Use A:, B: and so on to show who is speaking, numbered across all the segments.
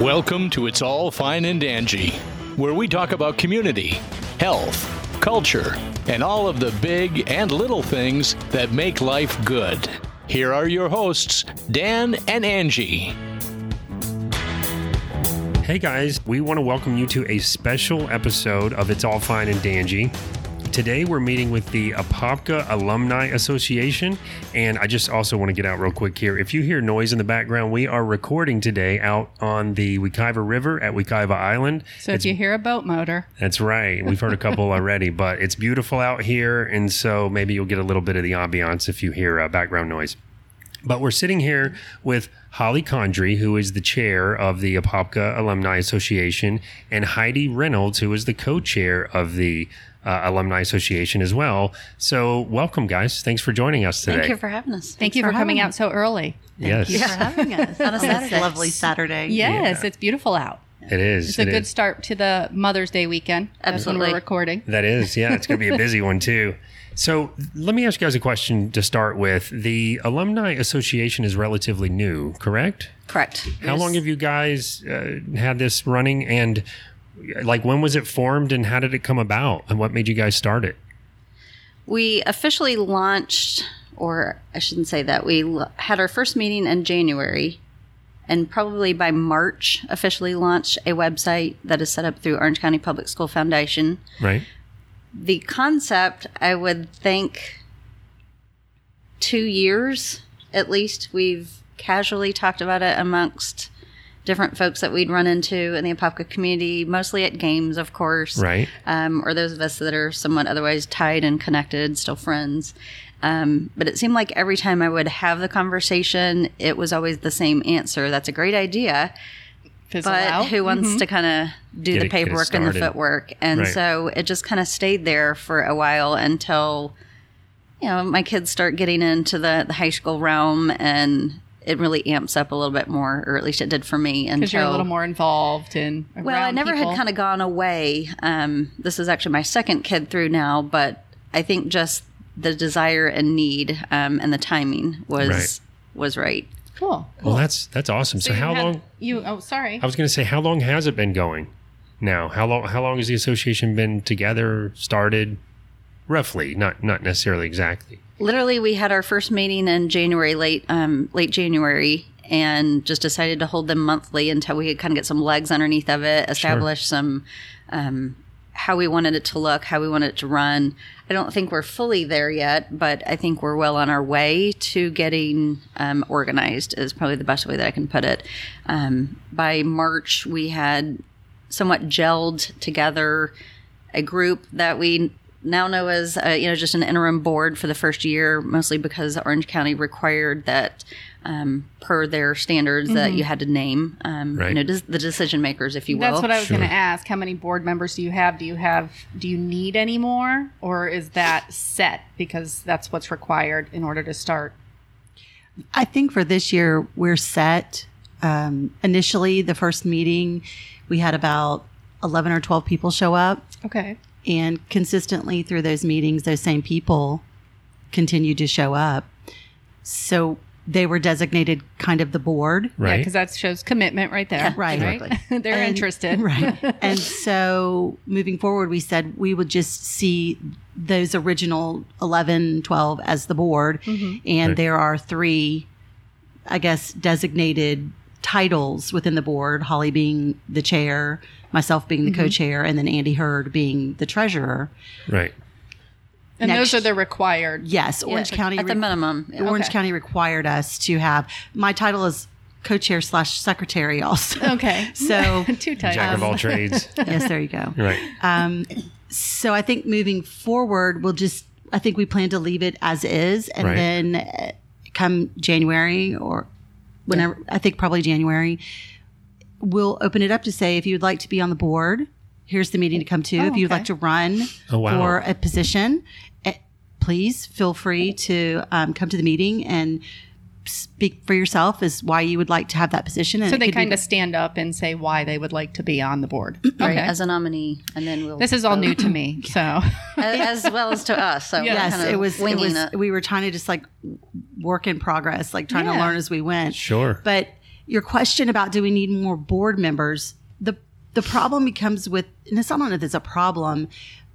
A: Welcome to It's All Fine and Angie, where we talk about community, health, culture, and all of the big and little things that make life good. Here are your hosts, Dan and Angie.
B: Hey guys, we want to welcome you to a special episode of It's All Fine and Dangy. Today we're meeting with the Apopka Alumni Association, and I just also want to get out real quick here. If you hear noise in the background, we are recording today out on the Wekiva River at Wekiva Island.
C: So if you hear a boat motor,
B: That's right. We've heard a couple already, but it's beautiful out here, and so maybe you'll get a little bit of the ambiance if you hear uh, background noise. But we're sitting here with Holly Condry, who is the chair of the Apopka Alumni Association, and Heidi Reynolds, who is the co chair of the uh, Alumni Association as well. So, welcome, guys. Thanks for joining us today.
D: Thank you for having us.
C: thank you for coming out so early.
B: yes,
D: Thank you for having us on a Saturday.
E: lovely Saturday.
C: Yes, it's beautiful out.
B: it is.
C: It's a
B: it
C: good
B: is.
C: start to the Mother's Day weekend. That's when
D: Absolutely.
C: we're recording.
B: That is, yeah, it's going to be a busy one too. So let me ask you guys a question to start with. The alumni association is relatively new, correct?
D: Correct.
B: How long have you guys uh, had this running, and like when was it formed, and how did it come about, and what made you guys start it?
D: We officially launched, or I shouldn't say that. We l- had our first meeting in January, and probably by March, officially launched a website that is set up through Orange County Public School Foundation.
B: Right?
D: The concept, I would think, two years at least, we've casually talked about it amongst different folks that we'd run into in the Apopka community, mostly at games, of course.
B: Right?
D: um, or those of us that are somewhat otherwise tied and connected, still friends. Um, but it seemed like every time I would have the conversation, it was always the same answer. That's a great idea,
C: Fizzle
D: but
C: out.
D: who wants to kind of do
B: Get it- get
D: the
B: it
D: paperwork and the
B: started.
D: footwork? And
B: Right.
D: so it just kind of stayed there for a while until, you know, my kids start getting into the, the high school realm and it really amps up a little bit more, or at least it did for me.
C: Because you're a
D: until-
C: little more involved and
D: well, I never had kind of gone away. Um, this is actually my second kid through now, but I think just the desire and need um, and the timing was
B: Right.
D: was right.
C: of cool.
B: Well, that's that's awesome. So,
C: you
B: how
C: had-
B: long?
C: You oh sorry.
B: I was going to say, how long has it been going? Now, how long? How long has the association been together? Started? Roughly, not not necessarily exactly.
D: Literally, we had our first meeting in January, late um, late January, and just decided to hold them monthly until we could kind of get some legs underneath of it, establish some um, how we wanted it to look, how we wanted it to run. I don't think we're fully there yet, but I think we're well on our way to getting um, organized. Is probably the best way that I can put it. Um, by March, we had somewhat gelled together a group that we now know as uh, you know just an interim board for the first year, mostly because Orange County required that. Um, per their standards, that
E: Mm-hmm.
D: you had to name, um,
B: Right.
D: you know, des- the decision makers, if you will.
C: That's what I was
B: Sure.
C: going to ask. How many board members do you have? Do you have? Do you need any more, or is that set because that's what's required in order to start?
E: I think for this year, we're set. Um, initially, the first meeting, we had about 11 or 12 people show up.
C: Okay.
E: And consistently through those meetings, those same people continued to show up. So they were designated kind of the board.
C: Yeah,
B: Right?
C: because that shows commitment right there.
E: Right.
C: They're
E: And-
C: interested.
E: Right. and so moving forward, we said we would just see those original 11, 12 as the board. And
C: Mm-hmm.
B: Right.
E: there are three, I guess, designated titles within the board Holly being the chair, myself being
C: Mm-hmm.
E: the co chair, and then Andy Hurd being the treasurer.
B: right.
C: And
E: Next-
C: those are the required.
E: Yes, Orange County
D: at the
E: re-
D: minimum. yeah.
E: Orange
C: Okay.
E: County required us to have my title is co chair slash secretary also.
C: Okay.
E: So
C: Two types.
B: Jack of all trades.
E: yes, there you go.
B: Right.
E: Um, so I think moving forward, we'll just, I think we plan to leave it as is. And
B: Right.
E: then uh, come January or whenever, I think probably January, we'll open it up to say, if you would like to be on the board, here's the meeting to come to. if you'd
C: okay.
E: like to run
B: Oh, wow.
E: for a position, eh, please feel free to um, come to the meeting and speak for yourself as why you would like to have that position. And
C: So
E: it
C: they
E: could be-
C: kind of stand up and say why they would like to be on the board.
D: Right,
C: Okay.
D: as a nominee, and then we'll
C: This is all new to me. So
D: as, as well as to us. So we're
E: Yes,
D: kinda
E: it was. It
D: winging
E: was.
D: it.
E: We were trying to just like work in progress, like trying to
C: Yeah.
E: learn as we went.
B: Sure.
E: But your question about do we need more board members, the the problem becomes with and it's, I don't know if it's a problem,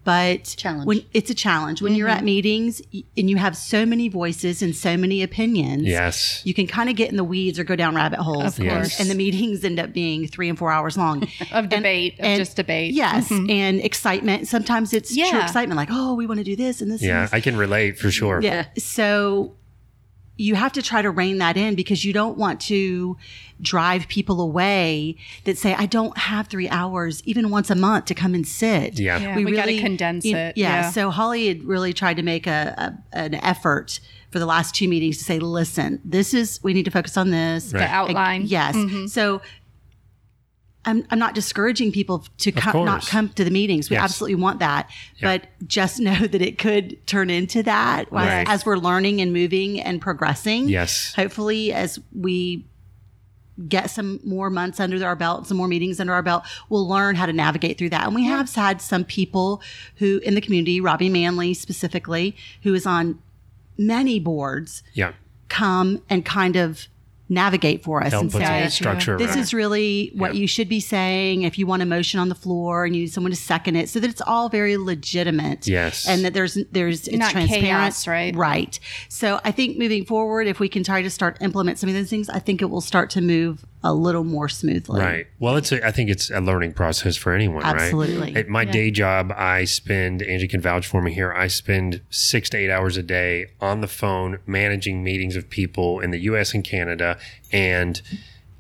E: but
D: Challenge.
E: when it's a challenge when you're
C: Mm-hmm.
E: at meetings y- and you have so many voices and so many opinions.
B: Yes.
E: You can kind of get in the weeds or go down rabbit holes.
C: Of course.
E: And the meetings end up being three and four hours long.
C: Of debate, of
E: and-
C: just debate. Mm-hmm.
E: yes. And excitement. Sometimes it's true
C: Yeah.
E: excitement, like, oh, we want to do this and this and
B: Yeah,
E: this.
B: I can relate for sure.
E: Yeah. So you have to try to rein that in because you don't want to drive people away that say, I don't have three hours, even once a month, to come and sit.
B: Yeah.
C: Yeah, we gotta condense
E: you-
C: it.
E: Yeah,
C: Yeah.
E: So Holly had really tried to make a, a an effort for the last two meetings to say, listen, this is we need to focus on this.
C: The
B: Right.
C: outline. Mm.
E: Yes. So I'm, I'm not discouraging people to come, not
B: course.
E: come to the meetings. We
B: Yes.
E: absolutely want that.
B: Yeah.
E: But just know that it could turn into that as-
B: Right.
E: as we're learning and moving and progressing.
B: Yes.
E: Hopefully, as we get some more months under our belt, some more meetings under our belt, we'll learn how to navigate through that. And we have had some people who in the community, Robbie Manley specifically, who is on many boards,
B: Yeah.
E: come and kind of navigate for us
B: Help
E: and
B: put
E: say,
B: some structure
E: this
B: around
E: is really what
B: Yeah.
E: you should be saying if you want a motion on the floor and you need someone to second it so that it's all very legitimate
B: Yes.
E: and that there's there's it's
C: Not
E: transparent
C: chaos, right?
E: right so i think moving forward if we can try to start implement some of those things i think it will start to move a little more smoothly
B: Right. Well, it's a, I think it's a learning process for anyone, right?
E: absolutely
B: At my day job, I spend, Angie can vouch for me here, I spend six to eight hours a day on the phone managing meetings of people in the US and Canada. And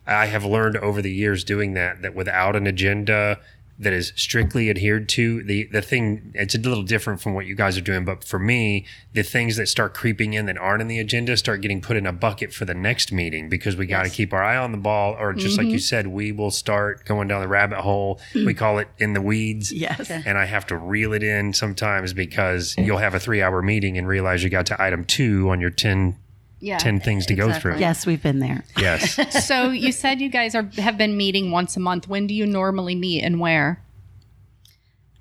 B: I have learned over the years doing that, that without an agenda that is strictly adhered to, the, the thing, it's a little different from what you guys are doing. But for me, the things that start creeping in that aren't in the agenda start getting put in a bucket for the next meeting because we got to keep our eye on the ball. Or just like you said, we will start going down the rabbit hole. We call it in the weeds
E: yes
B: and I have to reel it in sometimes because you'll have a three hour meeting and realize you got to item two on your 10,
C: Yeah.
B: 10 things to go
D: Exactly.
B: through.
E: yes we've been there
B: Yes.
C: so you said you guys are have been meeting once a month. When do you normally meet and where?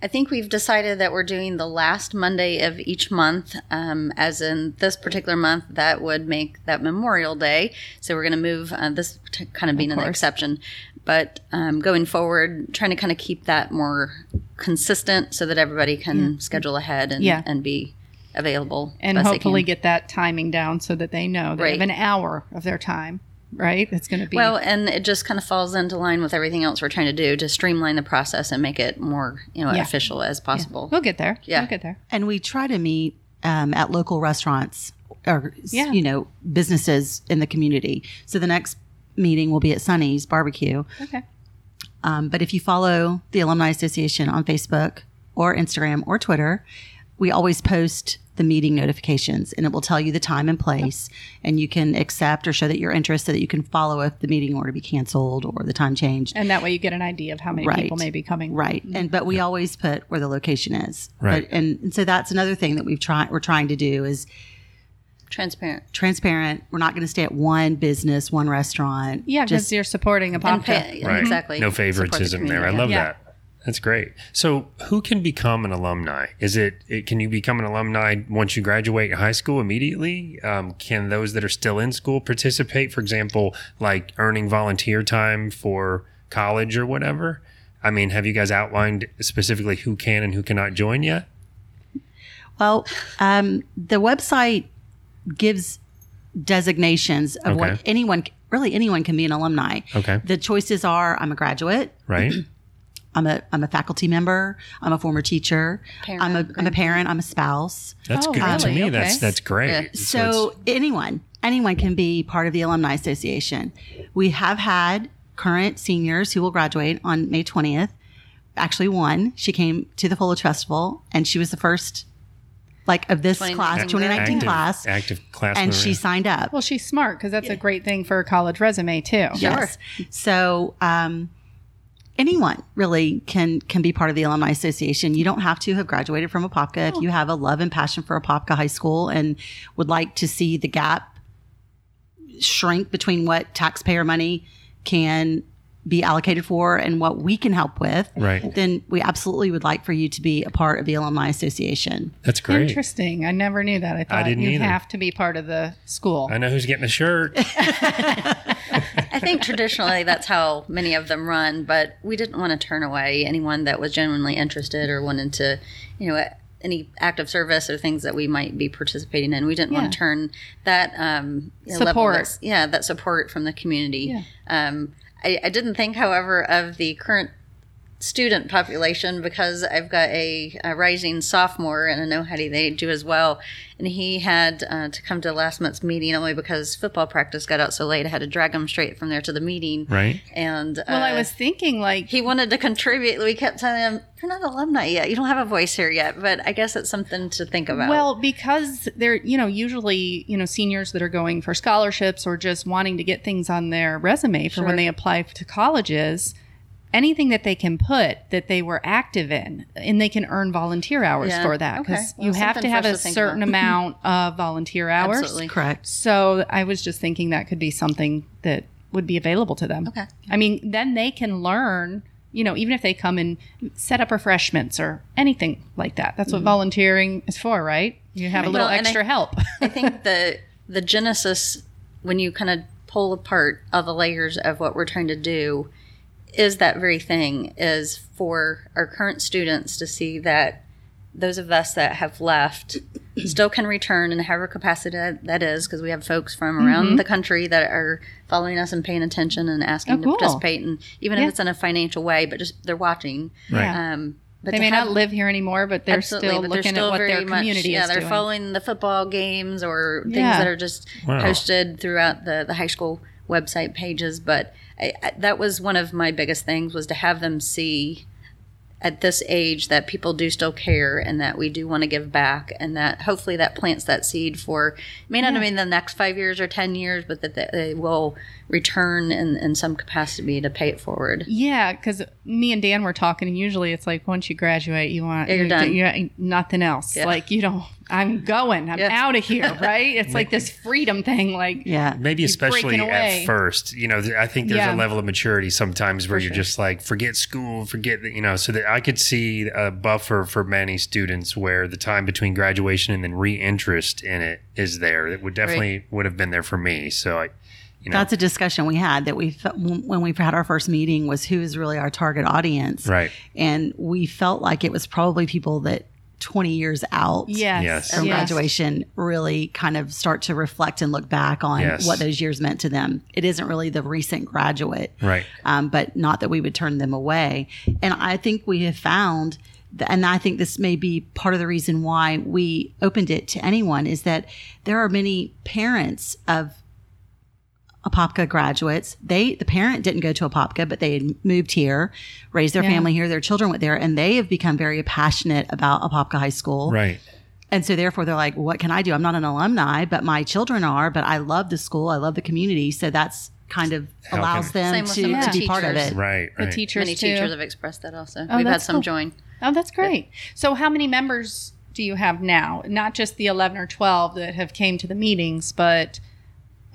D: I think we've decided that we're doing the last Monday of each month, um, as in this particular month, that would make that Memorial Day. So we're going to move uh, this t- kind of being an exception. But um, going forward, trying to kind of keep that more consistent so that everybody can schedule ahead and,
C: Yeah.
D: and be available.
C: And
D: best they
C: hopefully
D: can.
C: get that timing down so that they know they have
D: Right.
C: an hour of their time, right? It's going to be
D: Well, and it just kind of falls into line with everything else we're trying to do to streamline the process and make it more, you know,
C: Yeah.
D: official as possible.
C: We'll get there.
D: Yeah.
C: We'll get there.
E: and we try to meet um, at local restaurants or s-
C: Yeah.
E: you know businesses in the community. So the next meeting will be at Sunny's Barbecue.
C: Okay.
E: Um, but if you follow the Alumni Association on Facebook or Instagram or Twitter, we always post the meeting notifications and it will tell you the time and place and you can accept or show that you're interested so that you can follow if the meeting were to be canceled or the time changed.
C: And that way you get an idea of how many
E: Right.
C: people may be coming.
E: Right. And but we always put where the location is.
B: Right.
E: But, and, and so that's another thing that we've tried we're trying to do is
D: Transparent.
E: transparent. We're not going to stay at one business, one restaurant.
C: Yeah, because
E: just
C: you're supporting a
D: And
C: pop
D: pa- yeah,
B: right.
D: Exactly.
B: No
D: Support the
B: favoritism there. I
D: community.
B: love
C: Yeah.
B: that. That's great. So, who can become an alumni? Is it, it can you become an alumni once you graduate high school immediately? Um, can those that are still in school participate? For example, like earning volunteer time for college or whatever. I mean, have you guys outlined specifically who can and who cannot join yet?
E: Well, um, the website gives designations of what
B: Okay.
E: anyone, really anyone can be an alumni.
B: Okay.
E: The choices are I'm a graduate,
B: Right.
E: I'm a, I'm a faculty member, I'm a former teacher,
D: Parent,
E: I'm, a, I'm a parent, I'm a spouse.
B: That's
C: Oh,
B: good to
C: really?
B: me.
C: Okay.
B: That's that's great.
D: Yeah.
B: it's-
E: So anyone, anyone can be part of the Alumni Association. We have had current seniors who will graduate on May 20th. Actually, one, she came to the Fuller Festival and she was the first, like, of this
D: 2019
E: class,
D: Active-
E: 2019
B: active,
E: class.
B: active class,
E: and
B: member.
E: she signed up.
C: Well, she's smart because that's a great thing for a college resume too.
E: yes. So, um, anyone really can can be part of the alumni association you don't have to have graduated from apopka if you have a love and passion for apopka high school and would like to see the gap shrink between what taxpayer money can be allocated for and what we can help with,
B: Right.
E: then we absolutely would like for you to be a part of the Alumni Association.
B: That's great.
C: Interesting. I never knew that. I thought
B: didn't
C: you
B: either.
C: have to be part of the school.
B: I know who's getting a shirt.
D: I think traditionally that's how many of them run, but we didn't want to turn away anyone that was genuinely interested or wanted to, you know, any active service or things that we might be participating in. We didn't
C: Yeah.
D: want to turn that um, you know,
C: Support.
D: Level of, yeah, that support from the community. Um, I, I didn't think, however, of the current student population because I've got a, a rising sophomore and I know Hattie they do as well. And he had uh, to come to last month's meeting only because football practice got out so late. I had to drag him straight from there to the meeting.
B: Right.
D: And uh,
C: well, I was thinking like
D: He wanted to contribute. We kept telling him, "You're not alumni yet. You don't have a voice here yet." But I guess it's something to think about.
C: Well, because they're, you know, usually, you know, seniors that are going for scholarships or just wanting to get things on their resume for when they apply to colleges, anything that they can put that they were active in, and they can earn volunteer hours
D: Yeah.
C: for that
D: Okay.
C: because
D: Well,
C: you have to
D: something
C: have
D: for us
C: a
D: to think
C: certain
D: about.
C: amount of volunteer hours.
D: Absolutely.
E: Correct.
C: So I was just thinking that could be something that would be available to them.
D: Okay.
C: I mean, then they can learn, you know, even if they come and set up refreshments or anything like that. That's what volunteering is for, right? You have a little
D: Mm-hmm. Well, and I-
C: extra help.
D: I think the the genesis when you kind of pull apart all the layers of what we're trying to do is that very thing is for our current students to see that those of us that have left still can return in however capacity that, that is because we have folks from
C: Mm-hmm.
D: around the country that are following us and paying attention and asking
C: Oh, cool.
D: to participate and even
C: Yeah.
D: if it's in a financial way but just they're watching
B: Right.
D: um, but
C: they
D: to
C: may
D: have-
C: not live here anymore, but they're
D: Absolutely,
C: still
D: but they're
C: looking
D: still
C: at what
D: very
C: their
D: much-
C: community
D: yeah,
C: is
D: they're
C: doing.
D: following the football games or things
C: Yeah.
D: that are just
B: Wow.
D: posted throughout the, the high school website pages. But I, I, that was one of my biggest things was to have them see at this age that people do still care and that we do want to give back and that hopefully that plants that seed for may not have been the next five years or ten years but that that they will return in, in some capacity to pay it forward
C: Yeah, because me and Dan were talking, and usually it's like once you graduate, you want
D: Yeah, you're done.
C: you- nothing else.
D: Yeah.
C: Like you don't. I'm going. I'm
D: Yeah.
C: out of here. Right? It's like this freedom thing. Like
E: Yeah.
B: Maybe especially
C: breaking
B: at
C: away.
B: first, you know, th- I think there's
C: Yeah.
B: a level of maturity sometimes where you're just like, forget school, forget that, you know, so that I could see a buffer for many students where the time between graduation and then reinterest in it is there. That would definitely would have been there for me. So I, you know,
E: That's a discussion we had that we fe- when we had our first meeting was who is really our target audience.
B: right.
E: And we felt like it was probably people that 20 years out
C: yes,
B: Yes.
E: from
C: yes.
E: graduation really kind of start to reflect and look back on
B: Yes.
E: what those years meant to them. It isn't really the recent graduate,
B: Right.
E: um, but not that we would turn them away. And I think we have found, th- and I think this may be part of the reason why we opened it to anyone, is that there are many parents of Apopka graduates. They the parent didn't go to Apopka, but they had moved here, raised their family here, their children went there, and they have become very passionate about Apopka High School.
B: Right.
E: And so therefore they're like, what can I do? I'm not an alumni, but my children are, but I love the school. I love the community. So that's kind of
B: How
E: allows
B: can-
E: them
D: Same with
E: to,
D: some of
E: to
D: the
E: be part of
D: teachers.
E: it.
B: Right.
C: The
B: Right.
C: teachers
D: many
C: too.
D: teachers have expressed that also we've had
C: that's
D: some
C: cool.
D: join
C: Oh, that's great. So, how many members do you have now? Not just the eleven or twelve that have came to the meetings, but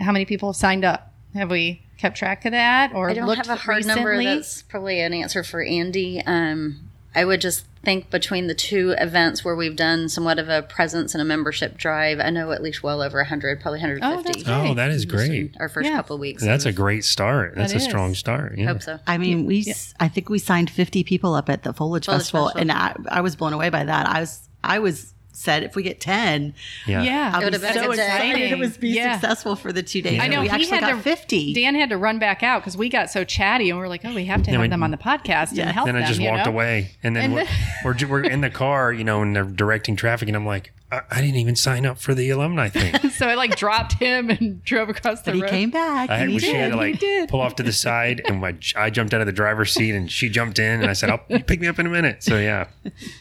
C: how many people have signed up? Have we kept track of that, or
D: I don't
C: looked
D: have a hard number.
C: recently?
D: That's probably an answer for Andy. Um, I would just think between the two events where we've done somewhat of a presence and a membership drive, I know at least well over 100, probably 150.
C: that's
B: Oh, that is great.
D: Our first
C: Yeah.
D: couple of weeks.
B: That's a great start. That's
C: That
B: a
C: is.
B: strong start.
D: I
B: Yeah.
D: hope so.
E: I mean, we, s I think we signed 50 people up at the Foliage,
D: Foliage
E: Festival,
D: Festival.
E: and I, I was blown away by that. I was, I was said, if we get 10,
B: Yeah.
C: yeah.
E: I'll be
D: would've been
E: so
D: exciting.
E: excited it was be
C: Yeah.
E: successful for the two days.
C: I know
E: we
C: he
E: actually
C: had
E: got
C: to-
E: 50.
C: Dan had to run back out because we got so chatty and we were like, oh, we have to have
B: we-
C: them on the podcast and help
B: then
C: them.
B: I just
C: you
B: walked
C: know?
B: away, and then
C: And
B: we're, we're ju- we're in the car, you know, and they're directing traffic, and I'm like, I, I didn't even sign up for the alumni thing.
C: So I like dropped him and drove across the
E: but he
C: road.
E: came back.
B: I
E: and
B: had,
E: he
B: she had
E: did.
B: to like pull off to the side, and my, I jumped out of the driver's seat, and she jumped in, and I said, "I'll you pick me up in a minute." So yeah,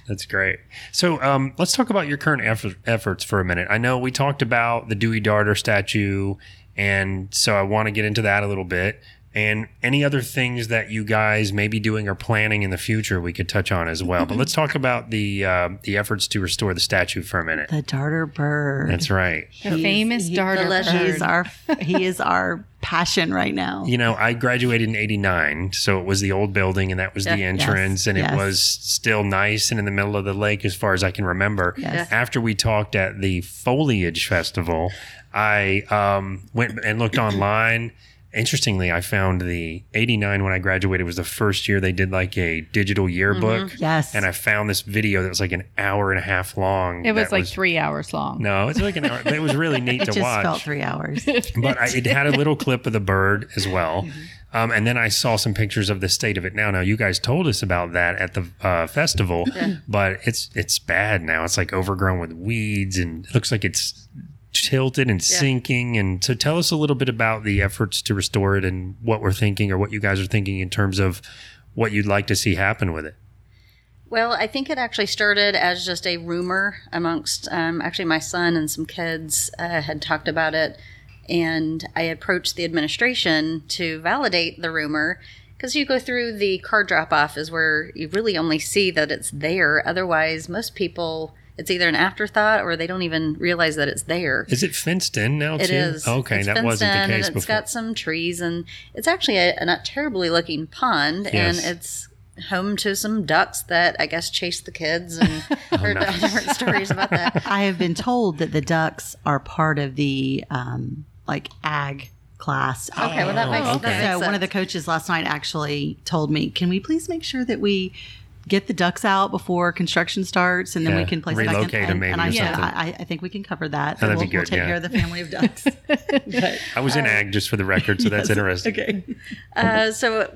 B: that's great. So um, let's talk about your current effort, efforts for a minute. I know we talked about the Dewey Darter statue, and so I want to get into that a little bit. and any other things that you guys may be doing or planning in the future we could touch on as well.
E: Mm-hmm.
B: But let's talk about the uh, the efforts to restore the statue for a minute.
E: The darter bird.
B: That's right.
C: The famous darter
D: the legend.
E: He's
C: bird.
E: our he is our passion right now.
B: You know, I graduated in 89, so it was the old building and that was the
D: Yeah.
B: entrance
E: Yes.
B: and
E: Yes.
B: it was still nice and in the middle of the lake as far as I can remember.
E: Yes.
B: After we talked at the foliage festival, I um, went and looked online. Interestingly, I found the 89 when I graduated was the first year they did like a digital yearbook.
E: Yes.
B: And I found this video that was like an hour and a half long.
C: It was
B: that
C: like three hours long.
B: No, it's like an hour. but it was really neat
E: it
B: to
E: just
B: watch
E: felt three hours.
B: but I, it had a little clip of the bird as well.
D: Mm-hmm.
B: Um, and then I saw some pictures of the state of it now. Now you guys told us about that at the uh, festival, but it's it's bad now. It's like overgrown with weeds, and it looks like it's tilted and sinking. And so, tell us a little bit about the efforts to restore it and what we're thinking or what you guys are thinking in terms of what you'd like to see happen with it.
D: Well, I think it actually started as just a rumor amongst um, actually my son and some kids uh, had talked about it, and I approached the administration to validate the rumor because you go through the car drop off is where you really only see that it's there. Otherwise, most people it's either an afterthought or they don't even realize that it's there.
B: Is it fenced in now?
D: It
B: too?
D: is
B: okay.
D: It's
B: that
D: fenced
B: wasn't
D: in,
B: the case
D: and it's
B: before.
D: got some trees, and it's actually a, a not terribly looking pond,
B: Yes.
D: and it's home to some ducks that I guess chase the kids, and heard
B: nice.
D: different stories about that.
E: I have been told that the ducks are part of the um, like ag class.
D: Okay, well that makes,
B: Oh,
D: that
B: okay.
D: makes
E: So
D: sense.
E: one of the coaches last night actually told me, "Can we please make sure that we get the ducks out before construction starts, and then
B: Yeah,
E: we can place it back in?"
B: relocate 'em
E: And-
B: maybe
E: And I
B: or
E: said,
B: something.
E: "I, I think we can cover that.
B: Oh,
E: So
B: that'd
E: we'll,
B: be
E: we'll
B: good,
E: take
B: yeah.
E: care of the family of ducks."
B: I was in ag just for the record, so that's interesting.
E: okay.
D: Uh, so uh,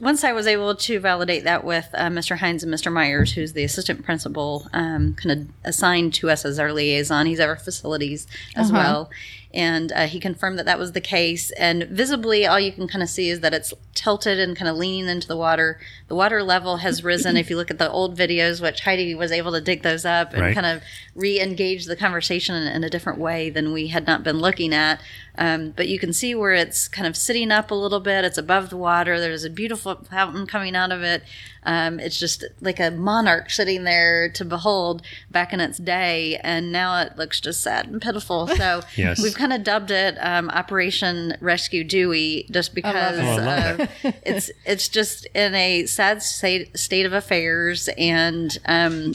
D: once I was able to validate that with uh, Mr. Hines and Mr. Myers, who's the assistant principal, um, kind of assigned to us as our liaison. He's our facilities as well. And uh, he confirmed that that was the case. And visibly, all you can kind of see is that it's tilted and kind of leaning into the water. The water level has risen. if you look at the old videos, which Heidi was able to dig those up and
B: Right.
D: kind of re engage the conversation in, in a different way than we had not been looking at. Um, but you can see where it's kind of sitting up a little bit. It's above the water. There's a beautiful fountain coming out of it. Um, it's just like a monarch sitting there to behold back in its day. And now it looks just sad and pitiful. So
B: Yes.
D: we've kind of dubbed it um, Operation Rescue Dewey just because
B: Oh, I love
D: uh, it's, it's just in a sad state, state of affairs. And um,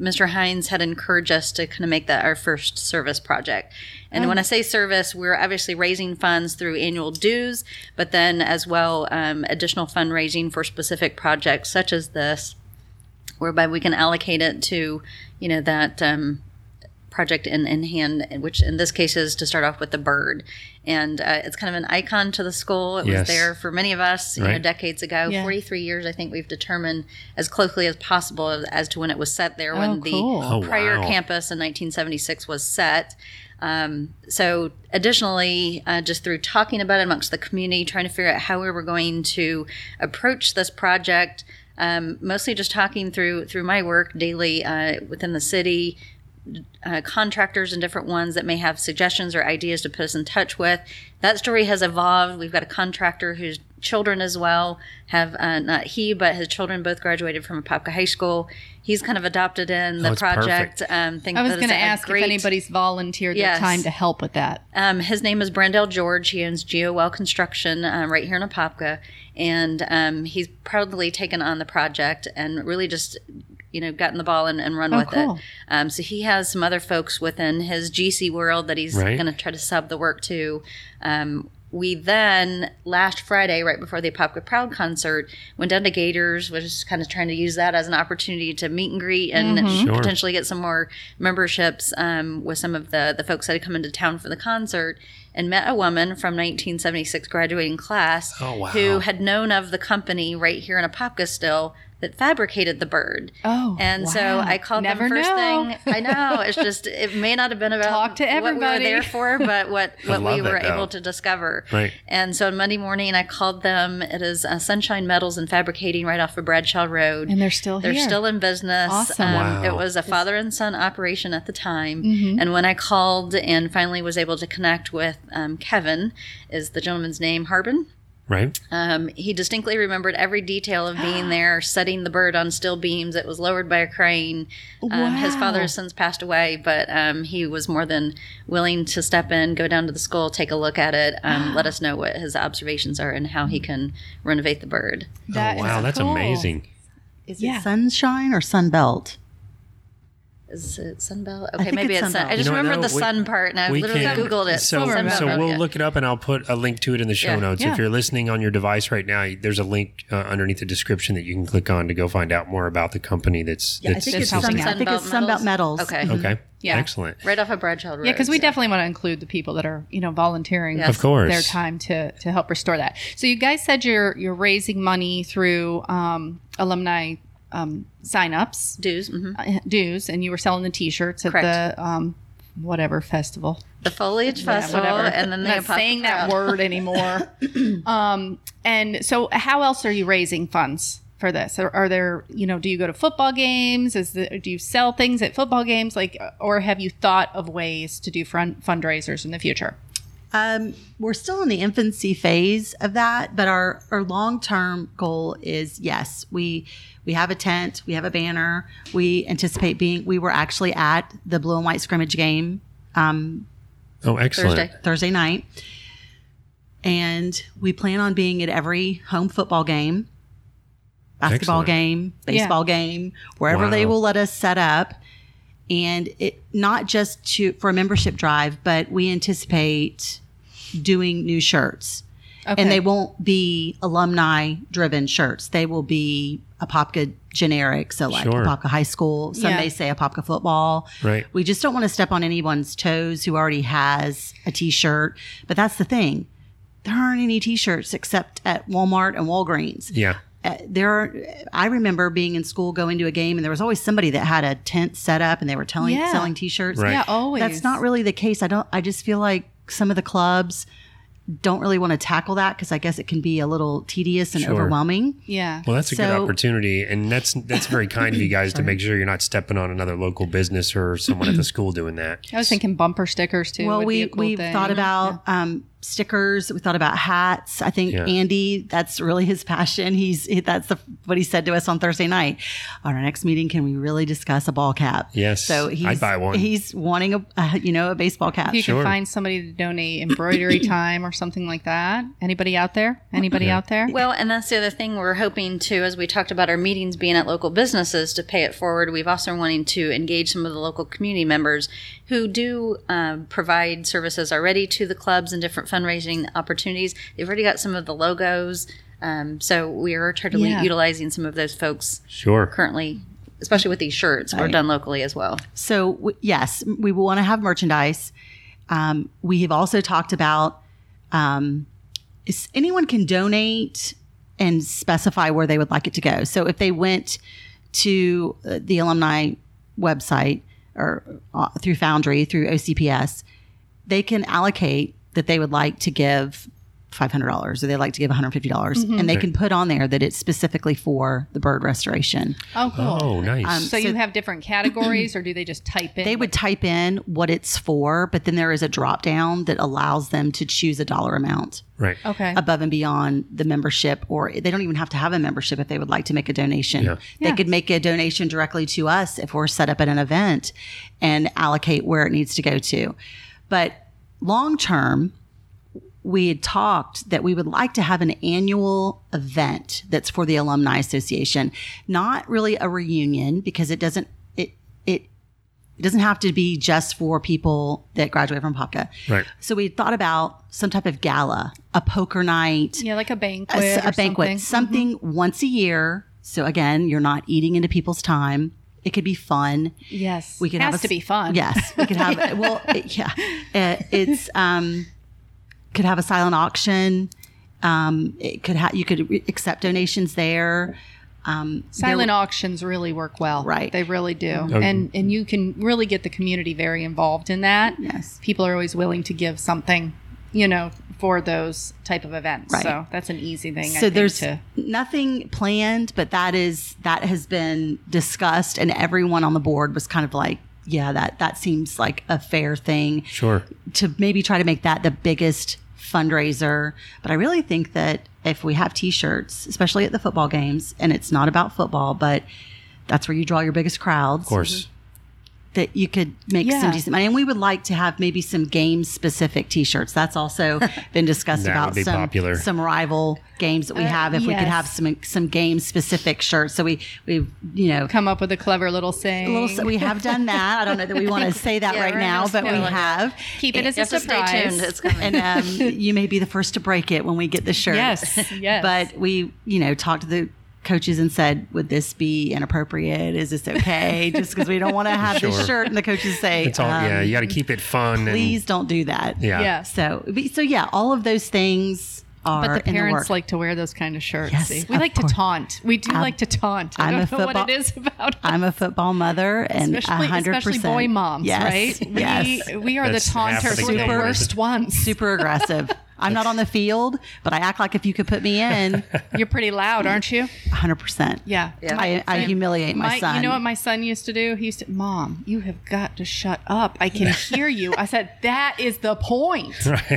D: Mr. Hines had encouraged us to kind of make that our first service project. And
B: Mm.
D: when I say service, we're obviously raising funds through annual dues, but then as well um, additional fundraising for specific projects such as this, whereby we can allocate it to, you know, that um, project in, in hand, which in this case is to start off with the bird. And uh, it's kind of an icon to the school. It
B: Yes.
D: was there for many of us, you know,
B: Right.
D: decades ago.
C: Yeah.
D: 43 years, I think we've determined as closely as possible as to when it was set there, when
C: Oh,
D: the
C: cool.
B: Oh,
D: prior
B: wow.
D: campus in 1976 was set. Um, so, additionally, uh, just through talking about it amongst the community, trying to figure out how we were going to approach this project, um, mostly just talking through through my work daily uh, within the city, uh, contractors and different ones that may have suggestions or ideas to put us in touch with. That story has evolved. We've got a contractor whose children as well have uh, not he, but his children both graduated from Apopka High School. He's kind of adopted in the
B: Oh, it's
D: project.
B: perfect.
D: Um, think
C: I was
D: that it's
C: going to
D: a
C: ask
D: great-
C: if anybody's volunteered
D: Yes.
C: their time to help with that.
B: Oh,
D: um, his name is Brandel George. He owns GeoWell Construction um, right here in Apopka, and um, he's proudly taken on the project and really just, you know, gotten the ball and, and run
C: Oh,
D: with
C: cool.
D: it. Um, so he has some other folks within his GC world that he's
B: Right.
D: going to try to sub the work to. Um, we then last Friday, right before the Apopka Proud concert, went down to Gators, was just kind of trying to use that as an opportunity to meet and greet and
B: Mm-hmm. Sure.
D: potentially get some more memberships um, with some of the the folks that had come into town for the concert. And met a woman from 1976 graduating class
B: Oh, wow.
D: who had known of the company right here in Apopka still that fabricated the bird.
C: Oh,
D: and so
C: wow.
D: I called
C: Never
D: them first
C: know.
D: thing I know. It's just it may not have been about
C: Talk to
D: what we
C: everybody.
D: were there for, but what what we
B: love that,
D: were
B: though.
D: able to discover.
B: Right.
D: And so on Monday morning, I called them. It is uh, Sunshine Metals and Fabricating right off of Bradshaw Road.
C: And they're still
D: They're
C: here.
D: still in business. Um,
C: Awesome.
B: Wow.
D: It was a father and son operation at the time.
C: Mm-hmm.
D: And when I called and finally was able to connect with um, Kevin, is the gentleman's name Harbin?
B: right?
D: Um, he distinctly remembered every detail of being there, setting the bird on steel beams. It was lowered by a crane. Um, His father has since passed away, but um, he was more than willing to step in, go down to the school, take a look at it, um, let us know what his observations are and how he can renovate the bird.
C: That
B: oh,
C: is
B: wow, that's
C: cool.
B: amazing.
E: Is
C: Yeah.
E: it sunshine or sunbelt?
D: Is it Sunbelt? Okay,
E: think
D: maybe
E: it's
D: it's Sun.
E: Sunbelt.
D: I just
B: You know what,
D: remember
B: though?
D: the
B: We-
D: sun part, and I
B: we
D: literally
B: can-
D: Googled it.
B: So,
C: Sunbelt.
B: so we'll
D: yeah.
B: look it up and I'll put a link to it in the show
D: Yeah.
B: notes.
C: Yeah.
B: If you're listening on your device right now, there's a link uh, underneath the description that you can click on to go find out more about the company that's.
E: Yeah, I
B: that's
E: think it's
C: it's helping
E: Sunbelt. I think
D: Sunbelt
E: it's Sunbelt Metals.
D: Metals. Okay.
E: Mhm.
B: okay.
C: Yeah.
B: Excellent.
D: Right off of Bradshaw Road.
C: Yeah, because we definitely want to include the people that are you know volunteering
D: Yes. Of
B: course.
C: their time to to help restore that. So you guys said you're you're raising money through um, alumni um, signups
D: dues. mhm.
C: uh, dues, and you were selling the T-shirts at
D: Correct.
C: the um, whatever festival.
D: The Foliage
C: Yeah,
D: Festival,
C: whatever.
D: and then
C: I'm
D: they
C: not saying that word anymore. um, and so, how else are you raising funds for this? Are, are there, you know, do you go to football games? Is the, do you sell things at football games? Like, or have you thought of ways to do fund fundraisers in the future?
E: Um, we're still in the infancy phase of that, but our, our long term goal is yes, we we have a tent, we have a banner, we anticipate being. We were actually at the blue and white scrimmage game
B: Oh, excellent.
D: Thursday.
E: Thursday night, and we plan on being at every home football game, basketball
B: Excellent.
E: game, baseball game, wherever they
B: Wow.
E: will let us set up, and it not just to for a membership drive, but we anticipate doing new shirts.
C: Okay.
E: And they won't be alumni driven shirts. They will be Apopka generic. So, like
B: Sure.
E: Apopka High School. Some
C: Yeah.
E: may say Apopka football.
B: Right.
E: We just don't want to step on anyone's toes who already has a t shirt. But that's the thing. There aren't any t shirts except at Walmart and Walgreens.
B: Yeah.
E: Uh, there are, I remember being in school going to a game and there was always somebody that had a tent set up and they were telling,
C: Yeah.
E: selling t shirts.
B: Right.
C: yeah, always.
E: That's not really the case. I don't. I just feel like some of the clubs don't really want to tackle that because I guess it can be a little tedious and
B: Sure.
E: overwhelming.
C: Yeah.
B: Well, that's a good
E: So-
B: opportunity, and that's that's very kind of you guys to make sure you're not stepping on another local business or someone at the school doing that.
C: I was thinking bumper stickers too.
E: well,
C: would be
E: we
C: a cool
E: we
C: thing.
E: thought about um, stickers. We thought about hats. I think
B: Yeah.
E: Andy, that's really his passion. He's he, that's the, what he said to us on Thursday night. On our next meeting, can we really discuss a ball cap?
B: Yes,
E: So
B: I'd
E: he's
B: buy one.
E: he's wanting a, a you know a baseball cap.
C: If you
B: Sure.
C: can find somebody to donate embroidery time or something like that. Anybody out there? Anybody out there?
D: Well, and that's the other thing we're hoping to, as we talked about our meetings being at local businesses to pay it forward. We've also wanting to engage some of the local community members who do um, provide services already to the clubs and different fundraising opportunities. They've already got some of the logos, um, so we are totally
C: Yeah.
D: utilizing some of those folks
B: Sure.
D: currently, especially with these shirts. We're done locally as well.
E: So w- yes, we will want to have merchandise. Um, we have also talked about um, is- anyone can donate and specify where they would like it to go. So if they went to uh, the alumni website or uh, through Foundry through OCPS, they can allocate that they would like to give. $500 or they like to give $150 dollars and they can put on there that it's specifically for the bird restoration.
C: oh, cool.
B: Oh, nice.
E: Um,
C: So, you have different categories, or do they just type in?
E: They would type in what it's for, but then there is a drop down that allows them to choose a dollar amount
B: right.
C: Okay.
E: above and beyond the membership, or they don't even have to have a membership if they would like to make a donation.
B: Yeah.
E: They
C: Yeah.
E: could make a donation directly to us if we're set up at an event and allocate where it needs to go to. But long term, we had talked that we would like to have an annual event that's for the alumni association, not really a reunion because it doesn't it it it doesn't have to be just for people that graduate from Popka.
B: Right.
E: So we thought about some type of gala, a poker night,
C: yeah, like a banquet.
E: a,
C: or
E: a banquet,
C: Something. Mm-hmm.
E: something once a year. So again, you're not eating into people's time. It could be fun.
C: Yes.
E: We could
C: It
E: have
C: has to
E: a-
C: be fun.
E: Yes, we could have. well, it- yeah, Uh, it's um, could have a silent auction. Um, it could ha- you could re- accept donations there.
C: Silent auctions really work well.
E: Right.
C: They really do. And and you can really get the community very involved in that.
E: Yes.
C: People are always willing to give something, you know, for those type of events.
E: Right.
C: So that's an easy thing. I
E: So
C: think,
E: there's
C: to,
E: nothing planned, but that is that has been discussed, and everyone on the board was kind of like, yeah, that that seems like a fair thing.
B: Sure.
E: to maybe try to make that the biggest fundraiser. But I really think that if we have T-shirts, especially at the football games, and it's not about football, but that's where you draw your biggest crowds.
B: Of course.
E: that you could make
C: Yeah.
E: some decent money. And we would like to have maybe some game specific t shirts. That's also been discussed
B: That would
E: about
B: be
E: some,
B: popular.
E: some rival games that we have. If we could
C: Uh, yes.
E: have some some game specific shirts. So we we you know
C: Come up with a clever little saying.
E: a little so we have done that. I don't know that we want to say that
D: Yeah,
E: right
D: we're
E: now,
D: just
E: but we
D: gonna look-
E: have.
C: Keep it as
D: You
C: a
D: have to stay
C: surprise.
D: tuned. It's coming.
E: And um, you may be the first to break it when we get the shirt.
C: Yes, yes.
E: But we, you know, talked to the coaches and said, would this be inappropriate? Is this okay? Just because we don't want to have
B: Sure.
E: this shirt. And the coaches say,
B: It's all, yeah,
E: um,
B: you got to keep it fun.
E: please don't do that.
B: And, yeah.
C: Yeah.
E: So, but- so yeah, all of those things are
C: But the
E: in the
C: parents
E: work.
C: like to wear those kind of shirts.
E: Yes,
C: See, we
E: of
C: like
E: course.
C: to taunt. We do like to taunt. I
E: I'm
C: don't
E: a
C: know
E: football-
C: what it is about.
E: I'm a football mother and a
C: especially,
E: 100%.
C: especially boy moms,
E: Yes.
C: right?
E: Yes.
C: We, we are
B: That's
C: the
B: half of
C: taunters.
B: the
C: We're the
B: game.
C: worst ones.
E: Super aggressive. I'm not on the field, but I act like if you could put me in,
C: You're pretty loud, aren't you?
E: 100%.
C: Yeah.
E: I, I humiliate my, son.
C: You know what my son used to do? He used to, Mom, you have got to shut up. I can hear you. I said, That is the point.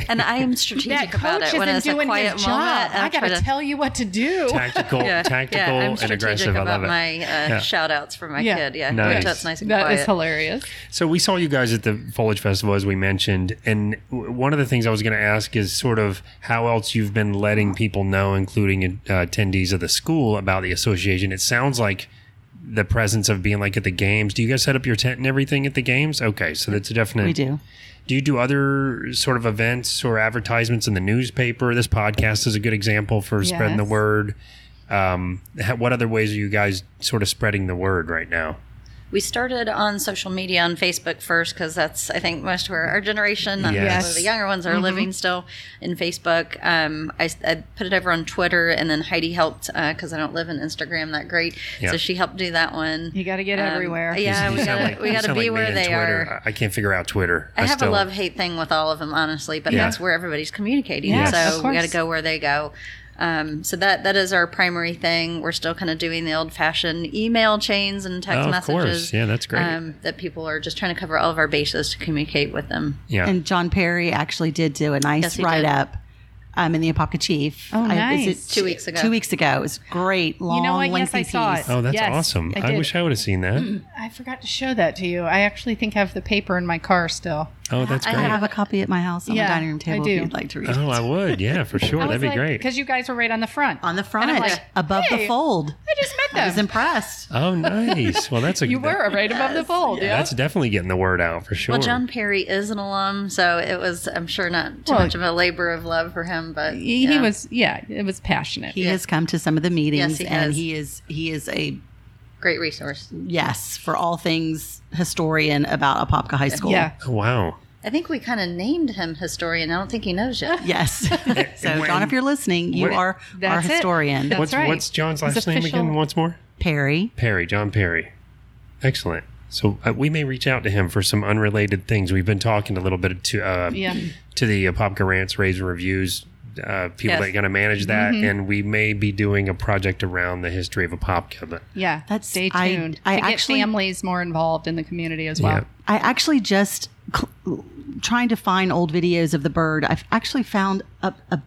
D: And I am
C: That
D: strategic about
C: coach
D: it
C: isn't
D: when it's a
C: doing
D: quiet
C: his
D: moment.
C: job.
D: and
C: I got
D: try
C: to
D: to-
C: tell you what to do.
B: Tactical,
D: Yeah,
B: tactical,
D: yeah, I'm
B: and
D: strategic
B: aggressive. I
D: About
B: love it.
D: my uh, shout outs for my
C: Yeah.
D: kid. Yeah,
B: Nice.
D: which that's nice and
C: That
D: quiet.
C: is hilarious.
B: So we saw you guys at the Foliage Festival, as we mentioned, and w- one of the things I was going to ask is sort of how else you've been letting people know, including uh, attendees of the school, about the association. It sounds like the presence of being like at the games. Do you guys set up your tent and everything at the games? Okay, so that's a definite.
E: we do.
B: Do you do other sort of events or advertisements in the newspaper? This podcast is a good example for spreading the
C: Yes.
B: word. Um, ha- what other ways are you guys sort of spreading the word right now?
D: We started on social media on Facebook first because that's I think most where our generation and
B: Yes.
D: some of the younger ones
C: Mm-hmm.
D: are living still in Facebook. Um, I, I put it over on Twitter, and then Heidi helped because I don't live in Instagram that great,
B: Yeah.
D: so she helped do that one. Um,
C: You gotta get everywhere.
D: Yeah,
B: You
D: we
B: sound
D: gotta,
B: like-
D: we
B: you
D: gotta
B: sound like me
D: be where
B: and
D: they
B: Twitter.
D: are.
B: I I can't figure out Twitter.
D: I have
B: still-
D: a love hate thing with all of them, honestly, but
B: Yeah.
D: that's where everybody's communicating.
C: Yes,
D: so
C: of
D: we got to
C: course.
D: go where they go. Um, so that that is our primary thing. We're still kind of doing the old fashioned email chains and text
B: Oh, of
D: messages. um,
B: course. Yeah, that's great.
D: that people are just trying to cover all of our bases to communicate with them.
B: Yeah.
E: And John Perry actually did do a nice
D: Yes, he did.
E: write up um, in the Apopka Chief.
C: Oh,
E: I- is it
C: nice.
D: Two weeks ago.
E: Two weeks ago. It was great, long,
C: You know what? Yes,
E: lengthy
C: I saw it.
E: piece.
B: oh, that's
C: Yes,
B: awesome.
C: I
B: I,
C: did.
B: wish I would have seen
D: Mm-hmm.
B: that.
C: I forgot to show that to you. I actually think I have the paper in my car still.
B: Oh, that's
D: I
B: great.
E: I have a copy at my house on
C: Yeah,
E: the dining room
C: I
E: table
C: do.
E: if you'd like to read it.
B: oh, I would. Yeah, for sure. Oh, That'd be great.
C: Because you guys were right on the front.
E: On the front,
C: I'm like,
E: above the
C: hey,
E: fold.
C: I just met them.
E: I was impressed.
B: Oh, nice. Well, that's a
C: you were right above the fold. Yeah.
B: That's definitely getting the word out for sure.
D: Well, John Perry is an alum, so it was, I'm sure, not too
C: Well-
D: much of a labor of love for him, but
C: he, he
D: yeah.
C: was, yeah, it was passionate.
E: He has come to some of the
D: Yes,
E: meetings,
D: he
E: and
D: has.
E: he is he is a
D: great resource.
E: yes for all things historian about Apopka High School.
C: yeah.
B: Oh, wow.
D: I think we kind of named him historian. I don't think he knows yet.
E: Yes. so,
B: when-
E: John, if you're listening, you
B: when-
E: are our
C: That's it.
E: historian.
C: That's
B: what's
C: right.
B: what's John's
C: His
B: last name again?
C: official-
B: Once more.
E: Perry.
B: Perry. John Perry. Excellent. So uh, we may reach out to him for some unrelated things. We've been talking a little bit to uh,
C: Yeah.
B: to the Apopka Rants Raise Reviews uh, people
D: Yes.
B: that going to manage that,
C: Mm-hmm.
B: and we may be doing a project around the history of Apopka. But
C: Yeah.
E: That's-
C: Stay
E: I-
C: tuned.
E: I
C: to
E: actually-
C: get families more involved in the community as well.
B: Yeah.
E: I actually just cl- trying to find old videos of the bird. I've actually found a, a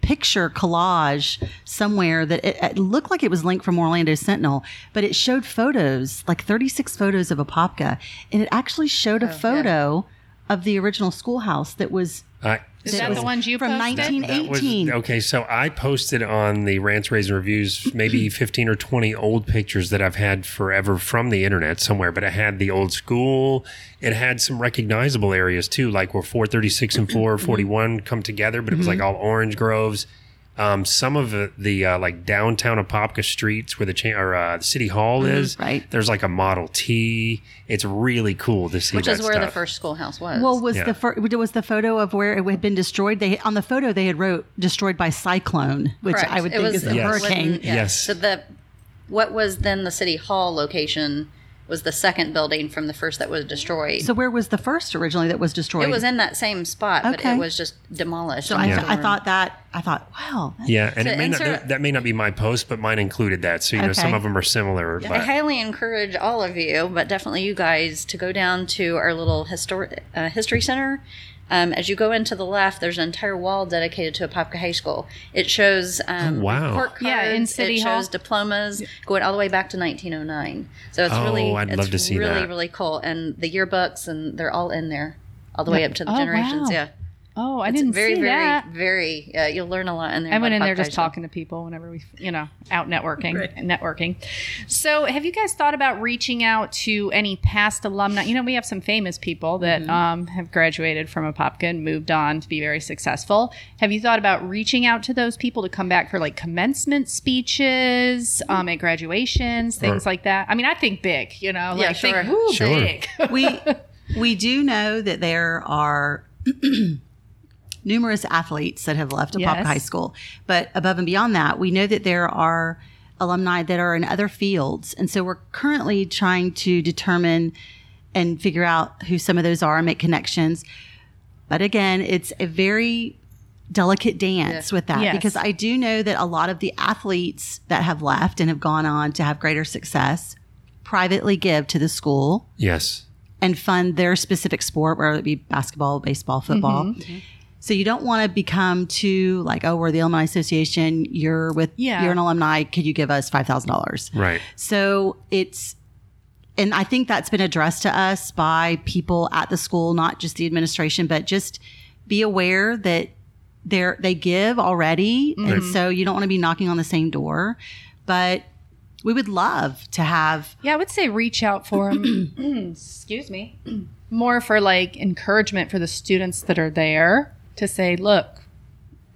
E: picture collage somewhere that it, it looked like it was linked from Orlando Sentinel, but it showed photos, like 36 photos of Apopka, and it actually showed a photo of the original schoolhouse that was
B: I,
C: Oh, Is that the ones you
E: from
C: posted?
E: 1918.
B: okay, so I posted on the Rants, Raise, and Reviews maybe 15 or 20 old pictures that I've had forever from the internet somewhere, but it had the old school. It had some recognizable areas too, like where 436 and
D: Mm-hmm.
B: 441 come together, but it was like all orange groves. Um, some of the, the uh, like downtown Apopka streets where the cha- or uh, the city hall
D: Mm-hmm.
B: is,
E: right.
B: There's like a Model T. It's really cool to see,
D: Which
B: that
D: is where the
B: stuff.
D: first schoolhouse was.
E: Well, was
B: Yeah.
E: the fir- was the photo of where it had been destroyed? They on the photo they had wrote destroyed by cyclone, which
D: Correct.
E: I would
D: It
E: think
D: was-
E: is a
B: Yes.
E: hurricane.
D: wouldn't- yeah.
B: Yes.
D: So the what was then the city hall location was the second building from the first that was destroyed.
E: So where was the first originally that was destroyed?
D: it was in that same spot, but
E: Okay.
D: it was just demolished.
E: So I, I thought that I thought, wow, that's
B: yeah, and
D: So
B: it may not,
D: insert-
B: that, that may not be my post, but mine included that. So you know,
E: Okay.
B: some of them are similar.
D: I
B: But
D: highly encourage all of you, but definitely you guys, to go down to our little histor- uh, history center Um, as you go into the left, there's an entire wall dedicated to Apopka High School. It shows um,
B: Oh, wow.
D: report cards.
C: Yeah, in City
D: it
C: Hall.
D: shows diplomas going all the way back to 1909. So it's
B: Oh,
D: really,
B: I'd
D: it's
B: love to see
D: really,
B: that.
D: really cool. And the yearbooks, and they're all in there, all the way up to the
C: Oh,
D: generations.
C: wow.
D: Yeah,
C: Oh, I
D: It's
C: didn't
D: very,
C: see
D: very,
C: that.
D: very. Yeah, you'll learn a lot in there.
C: I went in
D: about
C: there
D: Apopka
C: just
D: High School.
C: talking to people whenever we, you know, out networking, networking. So, have you guys thought about reaching out to any past alumni? You know, we have some famous people that
D: Mm-hmm.
C: um, have graduated from Apopka and moved on to be very successful. Have you thought about reaching out to those people to come back for like commencement speeches um,
D: Mm.
C: at graduations, things
B: Or-
C: like that? I mean, I think big. You know,
D: Yeah,
C: like think,
D: sure.
C: "Woo,
B: Sure.
C: big.
E: we we do know that there are numerous athletes that have left Apopka
C: Yes.
E: High School, but above and beyond that, we know that there are alumni that are in other fields, and so we're currently trying to determine and figure out who some of those are and make connections. But again, it's a very delicate dance with that
C: Yes.
E: because I do know that a lot of the athletes that have left and have gone on to have greater success privately give to the school
B: Yes.
E: and fund their specific sport, whether it be basketball, baseball, football. So you don't want to become too like, oh, we're the alumni association. You're with,
C: Yeah.
E: you're an alumni. Could you give us five thousand dollars?
B: Right.
E: So it's, and I think that's been addressed to us by people at the school, not just the administration, but just be aware that they're, they give already. And so you don't want to be knocking on the same door. But we would love to have
C: Yeah, I would say reach out for them. Excuse me. More for like encouragement for the students that are there to say, look,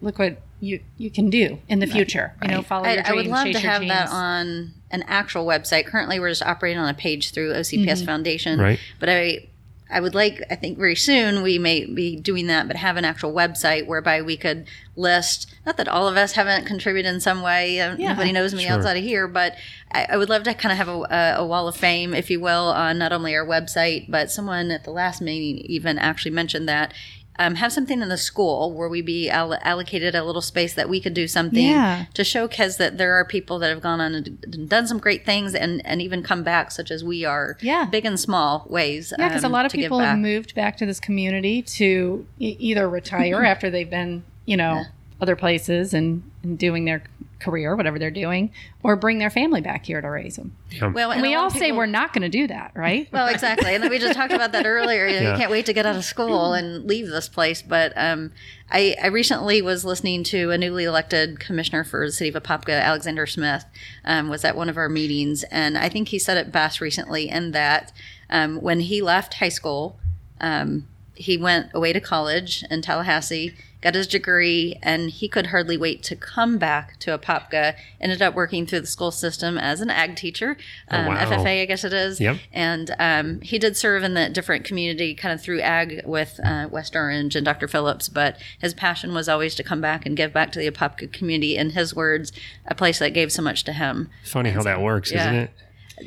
C: look what you you can do in the future. You know, follow your
D: I, I
C: dreams.
D: would love
C: chase
D: to
C: your
D: have that
C: dreams.
D: on an actual website. Currently, we're just operating on a page through OCPS
C: Mm-hmm.
D: Foundation.
B: Right.
D: But I, I would like. I think very soon we may be doing that, but have an actual website whereby we could list. Not that all of us haven't contributed in some way. uh, Nobody knows me outside of here, but I, I would love to kind of have a, a, a wall of fame, if you will, on not only our website, but someone at the last meeting even actually mentioned that. Um, have something in the school where we be all- allocated a little space that we could do something
C: Yeah.
D: to showcase that there are people that have gone on and done some great things and, and even come back, such as we are,
C: Yeah.
D: big and small ways.
C: Yeah, because a
D: um,
C: lot of
D: to give
C: people have
D: back.
C: moved back to this community to e- either retire after they've been, you know, other places and, and doing their career, whatever they're doing, or bring their family back here to raise them.
D: Well, and
C: And we
D: a lot
C: all
D: of
C: say
D: people-
C: we're not going to do that, right?
D: Well, exactly, and we just talked about that earlier. You, know, you
B: Yeah.
D: can't wait to get out of school and leave this place. But um, I, I recently was listening to a newly elected commissioner for the city of Apopka, Alexander Smith, um, was at one of our meetings, and I think he said it best recently in that um, when he left high school, um, he went away to college in Tallahassee, got his degree, and he could hardly wait to come back to Apopka. Ended up working through the school system as an ag teacher,
B: Oh,
D: um,
B: wow.
D: FFA, I guess it is.
B: Yep.
D: And um, he did serve in the different community kind of through ag with uh, West Orange and Dr. Phillips, but his passion was always to come back and give back to the Apopka community. In his words, a place that gave so much to him.
B: Funny how that works,
D: Yeah.
B: isn't it?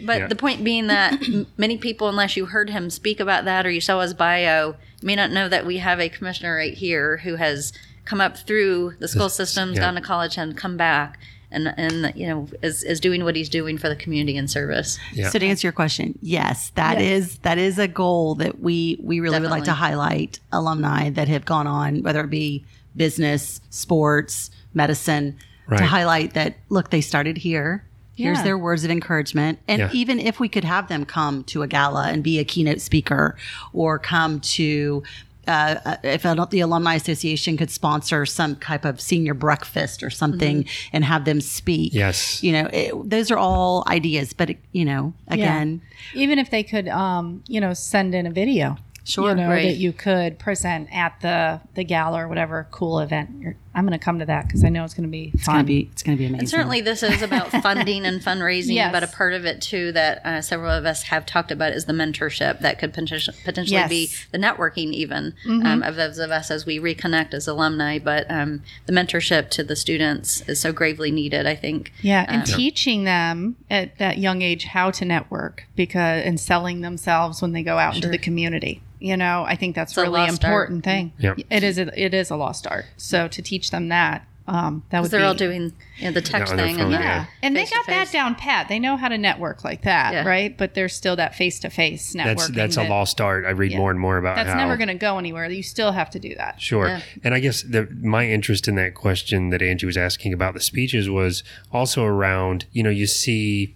D: But
B: Yeah.
D: the point being that m- many people, unless you heard him speak about that or you saw his bio, may not know that we have a commissioner right here who has come up through the school systems,
B: yeah.
D: gone to college, and come back, and and you know is is doing what he's doing for the community and service.
B: Yeah.
E: So to answer your question, yes, that is that is a goal that we we really would like to
D: Definitely.
E: highlight alumni that have gone on, whether it be business, sports, medicine,
B: Right.
E: to highlight that look they started here. Here's
C: Yeah.
E: their words of encouragement, and
B: Yeah.
E: even if we could have them come to a gala and be a keynote speaker, or come to. Uh, uh, if al- the alumni association could sponsor some type of senior breakfast or something and have them speak
B: Yes.
E: you know it, those are all ideas but you know again
C: even if they could um you know send in a video
E: Sure,
C: you know,
D: right.
C: that you could present at the the gala or whatever cool event You're, i'm going to come to that because i know it's going to be
E: it's gonna
C: fun
E: be it's gonna be amazing
D: And certainly, this is about funding and fundraising,
C: Yes.
D: but a part of it too that uh, several of us have talked about is the mentorship that could potentially, potentially
C: Yes. Mm-hmm.
D: be the networking, even um, of those of us as we reconnect as alumni. But um, the mentorship to the students is so gravely needed, I think.
C: yeah and teaching them at that young age how to network because and selling themselves when they go out into the community you know i think that's
D: a
C: really
D: lost art. Mm-hmm.
C: important thing
B: Yep.
C: it is a, it is a lost art so to teach them that um, that would
D: They're
C: be,
D: all doing you know, the uh, text
B: on their
D: thing
B: phone,
D: and
B: yeah.
D: yeah.
C: yeah, and they got that
D: Face-to-face.
C: down pat. They know how to network like that,
D: Yeah.
C: right? But there's still that face to face networking.
B: That's that's a
C: that-
B: lost art. I read
C: Yeah.
B: more and more about
C: That's
B: how
C: never going to go anywhere. You still have to do that.
B: Sure.
D: Yeah.
B: And I guess the, my interest in that question that Angie was asking about the speeches was also around, you know, you see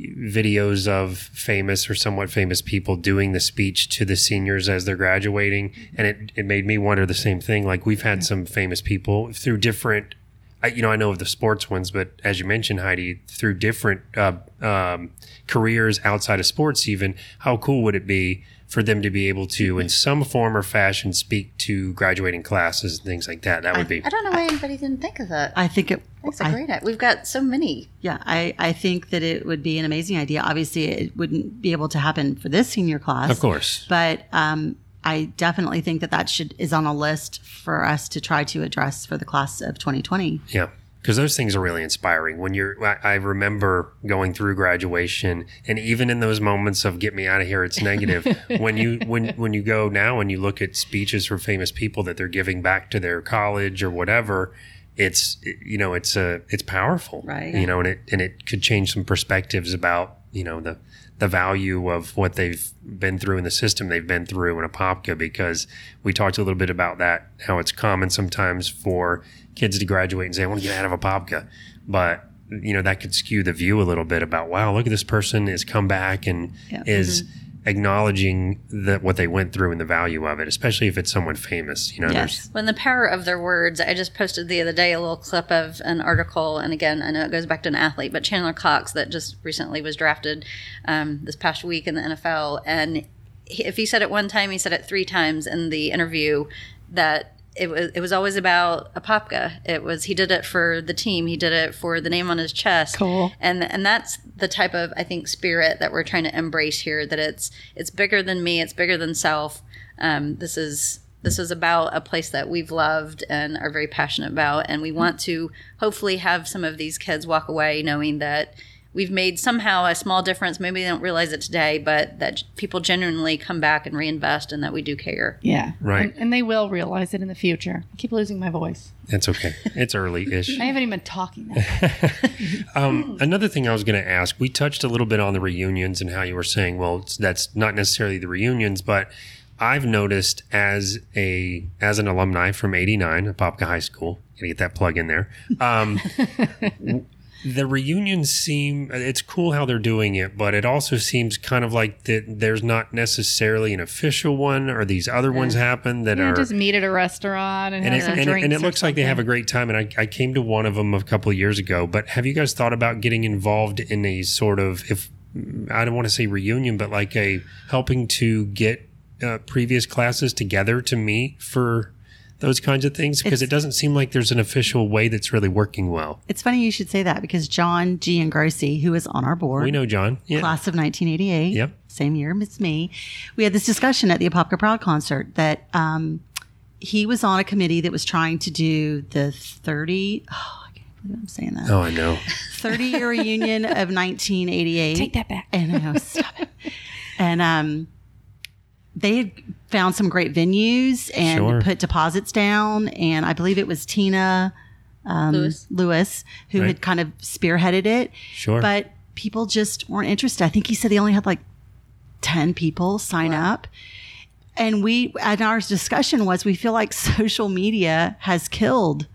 B: videos of famous or somewhat famous people doing the speech to the seniors as they're graduating. And it, it made me wonder the same thing. Like we've had some famous people through different, I, you know, I know of the sports ones, but as you mentioned, Heidi, through different uh, um, careers outside of sports, even, how cool would it be for them to be able to,
D: Mm-hmm.
B: in some form or fashion, speak to graduating classes and things like that? That would be.
D: I don't know why anybody didn't think of that.
E: I think it.
D: That's a
E: I,
D: great idea. We've got so many.
E: yeah, I, I think that it would be an amazing idea. Obviously, it wouldn't be able to happen for this senior class.
B: Of course.
E: but um, I definitely think that that should is on a list for us to try to address for the class of 2020.
B: Yeah. Because those things are really inspiring. When you're, I, I remember going through graduation, and even in those moments of "get me out of here," it's negative. when you when when you go now and you look at speeches from famous people that they're giving back to their college or whatever, it's you know it's a it's powerful,
E: Right.
B: You know, and it and it could change some perspectives about you know the the value of what they've been through in the system they've been through in Apopka because we talked a little bit about that how it's common sometimes for kids to graduate and say I want to get out of Apopka but you know that could skew the view a little bit about wow look at this person has come back and
E: Yeah. mm-hmm.
B: is acknowledging that what they went through and the value of it especially if it's someone famous you know there's
E: Yes.
D: When the power of their words, I just posted the other day a little clip of an article, and again, I know it goes back to an athlete, but Chandler Cox that just recently was drafted um, this past week in the NFL, and he, if he said it one time, he said it three times in the interview that. It was, it was always about Apopka. It was he did it for the team. He did it for the name on his chest.
C: Cool.
D: and and that's the type of I think spirit that we're trying to embrace here. That it's it's bigger than me. It's bigger than self. Um, this is this is about a place that we've loved and are very passionate about, and we want to hopefully have some of these kids walk away knowing that we've made somehow a small difference. Maybe they don't realize it today, but that people genuinely come back and reinvest, and that we do care.
C: Yeah,
B: Right.
C: And, and they will realize it in the future. I keep losing my voice.
B: it's okay it's early ish
C: I haven't even been talking. That much.
B: Um, another thing I was going to ask, we touched a little bit on the reunions and how you were saying, well, it's, that's not necessarily the reunions, but I've noticed as a as an alumni from '89 at Popka High School, gotta get that plug in there. Um, the reunions seem it's cool how they're doing it, but it also seems kind of like that there's not necessarily an official one, or these other ones happen that
C: You
B: are
C: just meet at a restaurant and,
B: and
C: have
B: it,
C: some
B: and, it,
C: drinks.
B: and it
C: or
B: looks like they have a
C: something.
B: great time. And I, I came to one of them a couple of years ago. But have you guys thought about getting involved in a sort of if I don't want to say reunion, but like a helping to get uh, previous classes together to meet for those kinds of things? Because it
E: It's-
B: doesn't seem like there's an official way that's really working well.
E: It's funny you should say that because John G. Grossi, who is on our board,
B: We know John. Yeah.
E: class of 1988,
B: Yep.
E: same year as me, we had this discussion at the Apopka Proud concert that um, he was on a committee that was trying to do the 30. Oh, I can't believe I'm saying that.
B: Oh, I know.
E: 30 year reunion of 1988.
C: Take that back.
E: And I know, stop it. And um, they had found some great venues and
B: Sure.
E: put deposits down. And I believe it was Tina um,
D: Lewis,
E: Lewis who
B: Right.
E: had kind of spearheaded it.
B: Sure.
E: But people just weren't interested. I think he said they only had like 10 people sign up. And we, and our discussion was we feel like social media has killed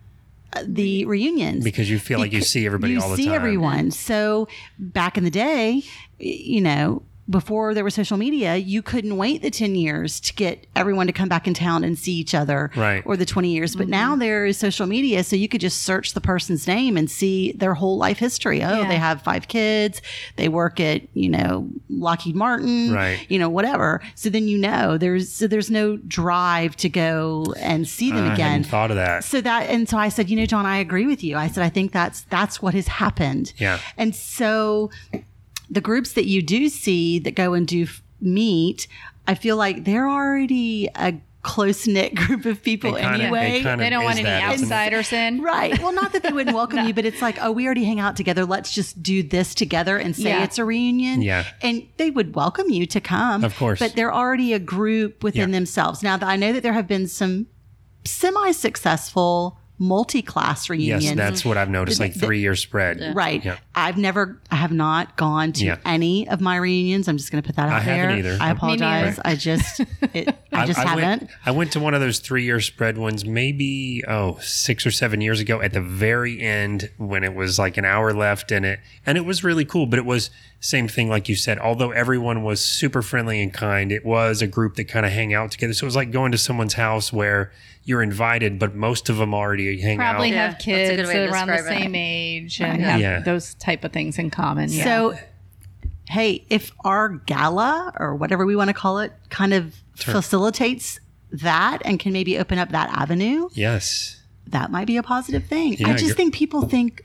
E: uh, the reunions
B: because you feel like you
E: Becau-
B: see everybody
E: you
B: all the
E: see
B: time.
E: everyone. So back in the day, y- you know, before there was social media, you couldn't wait the 10 years to get everyone to come back in town and see each other
B: Right.
E: or the 20 years. But now there is social media. So you could just search the person's name and see their whole life history. Oh,
C: Yeah.
E: they have five kids. They work at, you know, Lockheed Martin,
B: Right.
E: you know, whatever. So then you know there's, so there's no drive to go and see them
B: I
E: again
B: hadn't thought of that.
E: so that and so i said you know john i agree with you i said i think that's that's what has happened
B: Yeah.
E: and so the groups that you do see that go and do f- meet i feel like they're already a close-knit group of people
B: It kinda-
E: anyway
B: it kinda
C: They don't
B: is
C: want any
B: that, isn't it?
C: outsiders in.
E: Right. Well, not that they wouldn't welcome you, but it's like, oh, we already hang out together. Let's just do this together and say
C: Yeah.
E: it's a reunion.
B: Yeah.
E: And they would welcome you to come.
B: Of course.
E: But they're already a group within
B: Yeah.
E: themselves. Now, I know that there have been some semi successful multi class reunions.
B: Yes, that's what I've noticed. Like three year spread.
E: Right.
B: Yeah.
E: I've never, I have not gone to
B: Yeah.
E: any of my reunions. I'm just going to put that out
B: I
E: there.
B: haven't either.
E: I
B: Me
E: apologize. I just, it, I just haven't.
B: Went, I went to one of those three year spread ones, maybe oh six or seven years ago, at the very end when it was like an hour left in it, and it was really cool. But it was same thing like you said. Although everyone was super friendly and kind, it was a group that kind of hang out together. So it was like going to someone's house where you're invited, but most of them already hang
C: Probably
B: out.
D: Yeah,
C: have
D: that's a good
C: kids
D: way to
C: around the
D: describe it.
C: same age and have
B: Yeah.
C: those type of things in common. Yeah.
E: So, hey, if our gala or whatever we want to call it kind of facilitates that and can maybe open up that avenue,
B: Yes.
E: that might be a positive thing.
B: Yeah,
E: I just
B: you're-
E: think people think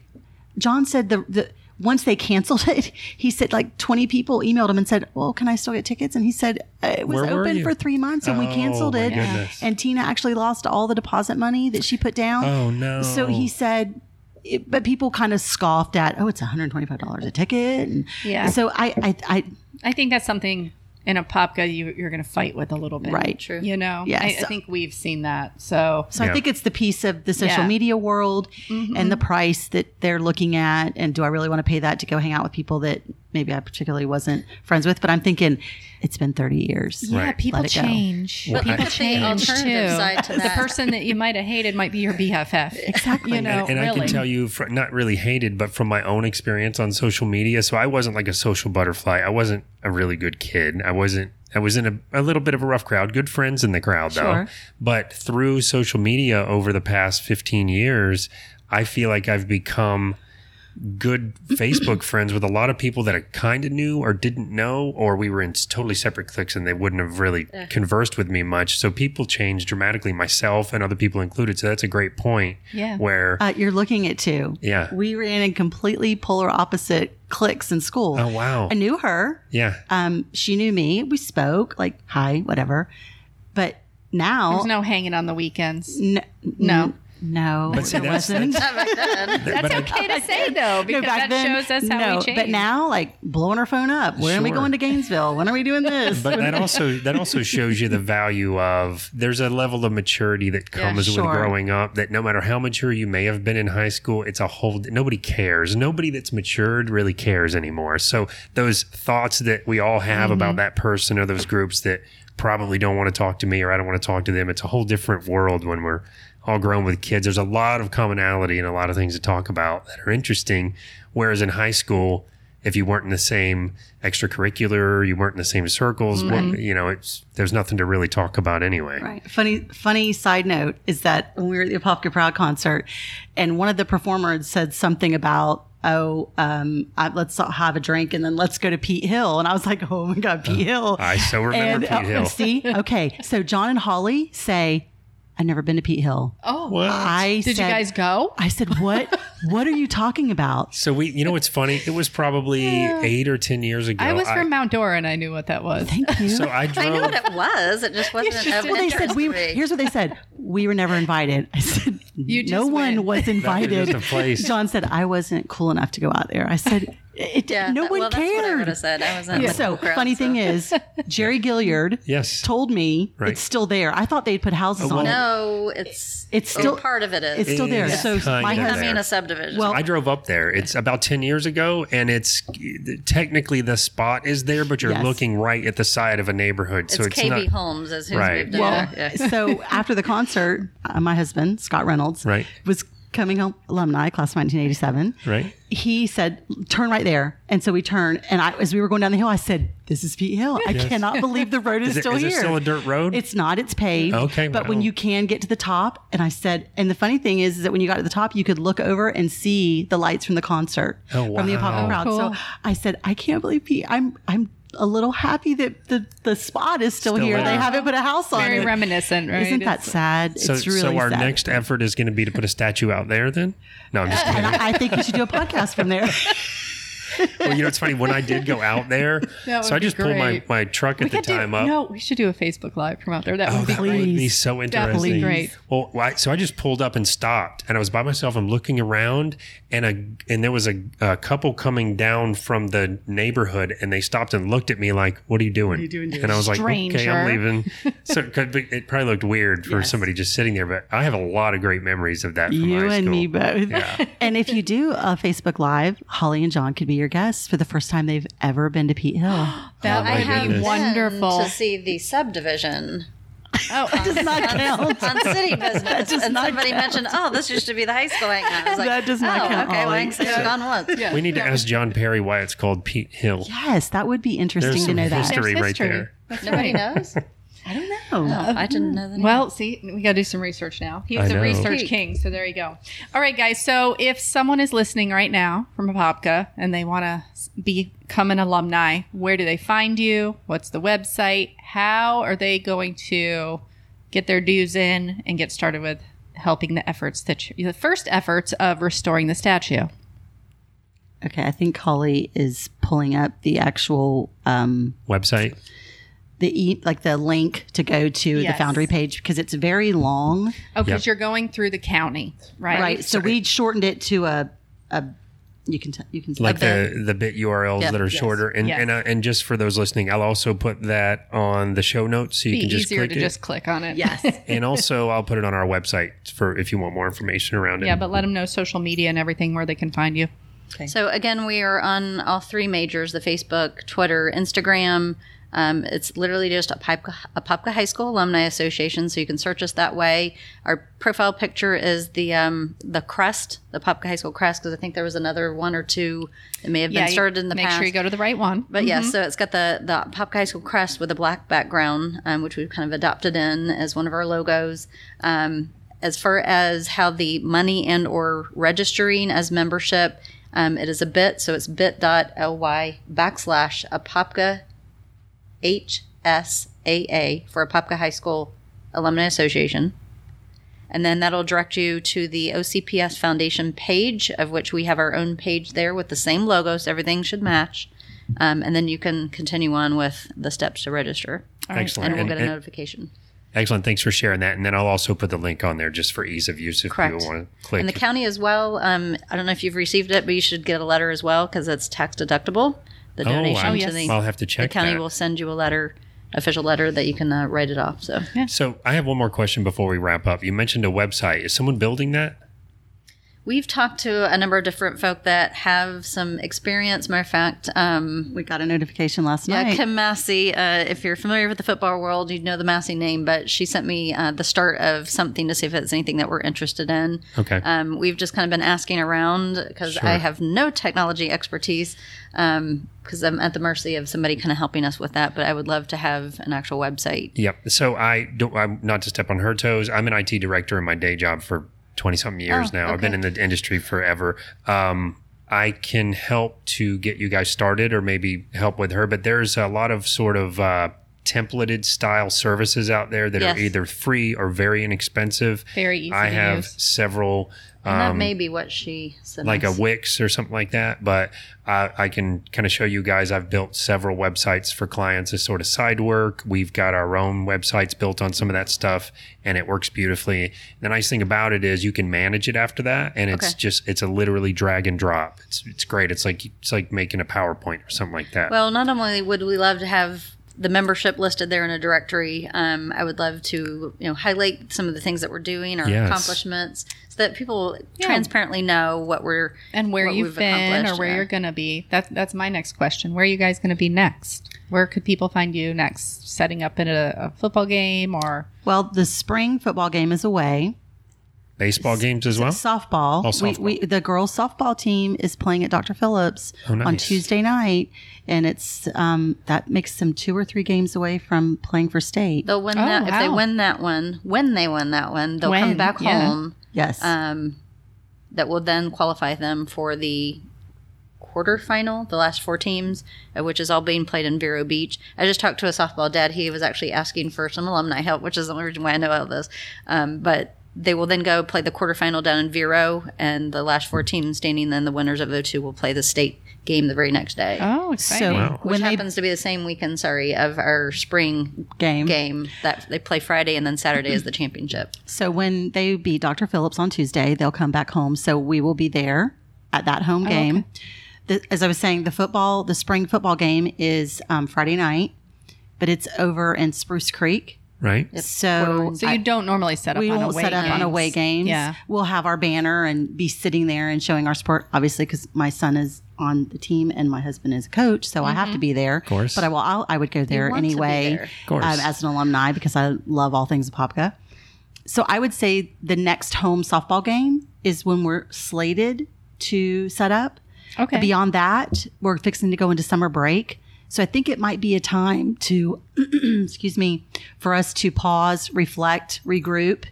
E: John said the the once they canceled it, he said like 20 people emailed him and said, "Well, can I still get tickets?" And he said uh, it was
B: Where were
E: open
B: you?
E: for 3 months and we
B: Oh,
E: canceled
B: my
E: it.
B: goodness.
E: And Tina actually lost all the deposit money that she put down.
B: Oh no.
E: So he said, it, but people kind of scoffed at, oh, it's $125 a ticket. And
C: Yeah.
E: So I, I, I
C: I think that's something in a popka you, you're going to fight with a little bit.
E: right.
D: True.
C: You know,
E: Yeah,
C: I, I
E: so-
C: think we've seen that. So,
E: So
B: Yeah.
E: I think it's the piece of the social
C: Yeah. Mm-hmm.
E: media world and the price that they're looking at. And do I really want to pay that to go hang out with people that maybe I particularly wasn't friends with? But I'm thinking it's been 30 years.
C: yeah,
B: Right.
C: people
E: Let it go.
C: change.
B: Well,
C: people
B: I-
C: change
D: The alternative
C: too.
D: side to
C: The
D: that.
C: person that you might have hated might be your BFF. Exactly. You know,
B: and, and
C: really.
B: I can tell you, fr not really hated, but from my own experience on social media. So I wasn't like a social butterfly. I wasn't a really good kid. I wasn't. I was in a, a little bit of a rough crowd. Good friends in the crowd, though.
E: Sure.
B: But through social media over the past fifteen years, I feel like I've become good Facebook friends with a lot of people that I kind of knew or didn't know, or we were in s- totally separate cliques and they wouldn't have really conversed with me much. So people changed dramatically, myself and other people included. So that's a great point.
C: Yeah.
B: Where
E: Uh, you're looking at two.
B: Yeah.
E: We ran in completely polar opposite cliques in school.
B: Oh wow.
E: I knew her.
B: yeah.
E: Um, she knew me. We spoke like, hi, whatever. But now,
C: There's no hanging on the weekends.
E: no,
C: No.
E: no,
B: But see,
E: there
B: that's-
E: wasn't.
B: But I-
C: okay to say though, because that shows us how
E: no,
C: we change.
E: But now, like blowing her phone up. When are we
B: Sure.
E: going to Gainesville? When are we doing this?
B: but that also that also shows you the value of there's a level of maturity that comes
E: sure.
B: with growing up that no matter how mature you may have been in high school it's a whole nobody cares nobody that's matured really cares anymore so those thoughts that we all have
E: Mm-hmm.
B: about that person or those groups that probably don't want to talk to me or I don't want to talk to them it's a whole different world when we're all grown with kids there's a lot of commonality and a lot of things to talk about that are interesting whereas in high school if you weren't in the same extracurricular, you weren't in the same circles, what- you know, it's there's nothing to really talk about anyway.
E: Right. Funny, funny side note is that when we were at the Apopka Proud concert, and one of the performers said something about, "Oh, um, I, let's have a drink and then let's go to Pete Hill," and I was like, "Oh my God, Pete Hill!"
B: Uh, I so remember
E: And-
B: Pete
E: oh,
B: Hill.
E: see, okay, so John and Holly say, "I've never been to Pete Hill."
C: oh,
E: I
C: did
E: said-
C: you guys go?
E: I said, "What? what are you talking about?"
B: So we, you know, what's funny? It was probably eight or ten years ago.
C: I was from Mount Dora and I knew what that was.
E: Thank you.
B: so I drove.
D: I knew what it was. It just wasn't. of
E: well, they said
D: interest
E: we.
D: to
E: Were,
D: me.
E: here's what they said: we were never invited. I said,
C: just
E: no one
C: went.
E: was
B: just
E: invited.
B: a place.
E: John said I wasn't cool enough to go out there. I said, it,
D: Yeah,
E: no
D: that-
E: one
D: well, that's what I
E: cared.
D: would have said. I was in the
E: So
D: cool crowd,
E: funny
D: so-
E: thing is, Jerry Gilliard
B: Yes.
E: told me
B: Right. Oh,
E: it's still there. I thought they'd put houses
B: well-
E: on it.
D: No, it's
E: It's
D: well,
E: still-
D: part of it is.
E: It's still there.
B: It's
E: So
B: kinda
E: my
B: there.
D: I
E: husband,
D: mean, a subdivision.
E: Well-
B: I drove up there. It's about 10 years ago, and it's technically the spot is there, but you're
E: Yes.
B: looking right at the side of a neighborhood.
D: it's
B: so it's
D: KB
B: not.
D: Holmes is who's
B: Right.
D: moved in
E: Well,
D: there. Yeah.
E: so after the concert, uh, my husband Scott Reynolds
B: Right.
E: was coming home, alumni class of 1987.
B: Right.
E: He said, "Turn right there," and so we turned. And I, as we were going down the hill, I said, "This is Pete Hill. I cannot believe the road is,
B: Is it-
E: still
B: is it
E: here.
B: still a dirt road?
E: It's not. It's paved.
B: Okay,
E: but when
B: wow.
E: you can get to the top, and I said, and the funny thing is, is that when you got to the top, you could look over and see the lights from the concert
B: Oh,
E: from the
B: wow.
E: Apollo crowd.
C: Cool.
E: So I said, I can't believe Pete. I'm I'm a little happy that the the spot is still,
B: Still
E: here. They
B: there.
E: haven't put a house on
C: Very
E: it.
C: reminiscent, right?
E: Isn't that
C: It's-
E: sad?
B: So,
E: it's really
B: so our
E: sad.
B: next effort is going to be to put a statue out there. Then, no, I'm just kidding.
E: and I, I think we should do a podcast from there.
B: well, you know, it's funny when I did go out there.
C: That
B: so
C: would
B: I
C: be
B: just pulled my,
C: great.
B: my truck at the
C: could do-
B: time up. Oh,
C: No, we should do a Facebook Live from out there. That would be
B: that would
C: great.
B: be so interesting.
C: Definitely great.
B: Well, well, I- so I just pulled up and stopped, and I was by myself. I'm looking around, and a and there was a, a couple coming down from the neighborhood, and they stopped and looked at me like, "What are you doing?"
C: you doing, dude?
B: and I was like, "Okay,
C: Stranger."
B: I'm leaving." so it could be- it probably looked weird for
E: Yes.
B: somebody just sitting there, but I have a lot of great memories of that. From
E: You
B: high
E: and
B: school.
E: me both.
B: Yeah.
E: And if you do a Facebook Live, Holly and John could be your guests for the first time they've ever been to Pete Hill.
C: That
B: my
C: would be
B: goodness.
C: wonderful.
D: to see the subdivision
C: Oh,
E: Does not count.
D: on city business.
E: does
D: And
E: not
D: somebody mentioned, oh, this used to be the high school hangout. I was like,
E: That does not
D: oh,
E: count,
D: Okay, well, I
E: Ollie.
D: can say I've gone once.
B: We need to ask John Perry why it's called Pete Hill.
E: Yes, that would be
B: There's
E: interesting to
B: some
E: know that.
B: history
C: There's
B: right
C: history.
B: there.
C: That's
D: Nobody
C: right.
D: knows.
E: I don't know.
D: Oh, I didn't know the name.
C: Well, see, we got to do some research now. He was
B: I
C: a
B: know.
C: research
D: Pete.
C: king, so there you go. All right, guys. So if someone is listening right now from Apopka and they want to become an alumni, where do they find you? What's the website? How are they going to get their dues in and get started with helping the efforts that you, the first efforts of restoring the statue?
E: Okay, I think Holly is pulling up the actual um,
B: Website.
E: the e- like the link to go to
C: Yes.
E: the Foundry page because it's very long.
C: Oh, because
B: Yep.
C: you're going through the county, right?
E: Right. So we shortened it to a a you can t- you can
B: like
E: a
B: the the bit URLs
E: Yeah.
B: that are shorter. And
C: Yes.
B: and uh, and just for those listening, I'll also put that on the show notes so you
C: Be
B: can just
C: easier
B: click
C: to
B: it.
C: just click on it.
E: yes.
B: and also, I'll put it on our website for if you want more information around it.
C: Yeah, but let them know social media and everything where they can find you.
D: So again, we are on all three majors: the Facebook, Twitter, Instagram. Um, it's literally just Apopka, Apopka High School Alumni Association, so you can search us that way. Our profile picture is the um, the crest, the Apopka High School crest, because I think there was another one or two that may have
C: Yeah,
D: been started in the
C: make
D: past.
C: sure you go to the right one.
D: But yeah, so it's got the the Apopka High School crest with a black background, um, which we've kind of adopted in as one of our logos. Um, as far as how the money and or registering as membership, um, it is a bit, so it's bit.ly backslash Apopka HSAA for Apopka High School Alumni Association. And then that'll direct you to the OCPS Foundation page, of which we have our own page there with the same logo, so everything should match. Um, and then you can continue on with the steps to register,
B: excellent.
D: and we'll
B: And-
D: get a
B: and-
D: notification.
B: excellent. Thanks for sharing that. And then I'll also put the link on there just for ease of use if
D: Correct.
B: people want to click.
D: And the county as well. Um, I don't know if you've received it, but you should get a letter as well because it's tax deductible. The
B: oh,
D: donation
B: I,
D: to the,
B: will have to
D: the
B: check.
D: county
B: that.
D: will send you a letter, official letter that you can uh, write it off. So
B: So I have one more question before we wrap up. You mentioned a website. Is someone building that?
D: We've talked to a number of different folk that have some experience. Matter of fact, um,
E: We got a notification last
D: yeah,
E: night.
D: Kim Massey, uh, if you're familiar with the football world, you'd know the Massey name, but she sent me uh, the start of something to see if it's anything that we're interested in.
B: Okay.
D: Um, we've just kind of been asking around because
B: Sure.
D: I have no technology expertise because I'm at the mercy of somebody kind of helping us with that, but I would love to have an actual website.
B: Yep. So I don't. I'm not to step on her toes. I'm an IT director in my day job for twenty something years
D: Oh,
B: now. I've been in
D: okay.
B: the industry forever. Um, I can help to get you guys started, or maybe help with her. But there's a lot of sort of uh, templated style services out there that
D: Yes.
B: are either free or very inexpensive.
C: Very easy
B: I
C: to
B: have
C: use.
B: several.
D: And that
B: um,
D: may be what she sent
B: like a
D: us.
B: Wix or something like that. But I, I can kind of show you guys. I've built several websites for clients as sort of side work. We've got our own websites built on some of that stuff, and it works beautifully. The nice thing about it is you can manage it after that, and it's
D: Okay.
B: just it's a literally drag and drop. It's it's great. It's like it's like making a PowerPoint or something like that.
D: Well, not only would we love to have the membership listed there in a directory, um, I would love to you know highlight some of the things that we're doing, our
B: Yes.
D: accomplishments, so that people transparently know what we're
C: and where
D: what
C: you've
D: we've
C: been or
D: accomplished,
C: where
D: yeah.
C: you're going to be. That's that's my next question. Where are you guys going to be next? Where could people find you next? Setting up in a, a football game or
E: well, the spring football game is away.
B: Baseball games as well.
E: softball.
B: Oh, softball.
E: We, we, the girls softball team is playing at Dr. Phillips
B: Oh, nice.
E: on Tuesday night, and it's um, that makes them two or three games away from playing for state.
D: They'll win
C: Oh,
D: that if they
C: wow.
D: win that one. When they win that one, they'll
C: When,
D: come back
C: yeah.
D: home.
E: yes,
D: Um, that will then qualify them for the quarterfinal, the last four teams, uh, which is all being played in Vero Beach. I just talked to a softball dad. He was actually asking for some alumni help, which is the only reason why I know all this. Um, but They will then go play the quarterfinal down in Vero, and the last four teams standing, then the winners of 02 will play the state game the very next day.
C: Oh,
E: So
C: exciting.
D: Which
E: when they
D: happens to be the same weekend, sorry, of our spring
E: game.
D: game that they play Friday and then Saturday is the championship.
E: So when they beat Dr. Phillips on Tuesday, they'll come back home. So we will be there at that home game. The, as I was saying, the football, the spring football game is um, Friday night, but it's over in Spruce Creek.
B: right?
E: So,
C: So you don't normally set up
E: we
C: on
E: won't
C: away
E: set up on
C: games.
E: away games.
C: Yeah.
E: We'll have our banner and be sitting there and showing our sport, obviously, because my son is on the team and my husband is a coach, so I have
C: Mm-hmm.
E: to be there. Of
B: course.
E: But I will. I'll, I would go there
D: want to be
E: anyway,
D: there. Of
B: course.
E: Um, as an alumni because I love all things Apopka. So I would say the next home softball game is when we're slated to set up.
C: Okay.
E: Beyond that, we're fixing to go into summer break. So I think it might be a time to, excuse me, for us to pause, reflect, regroup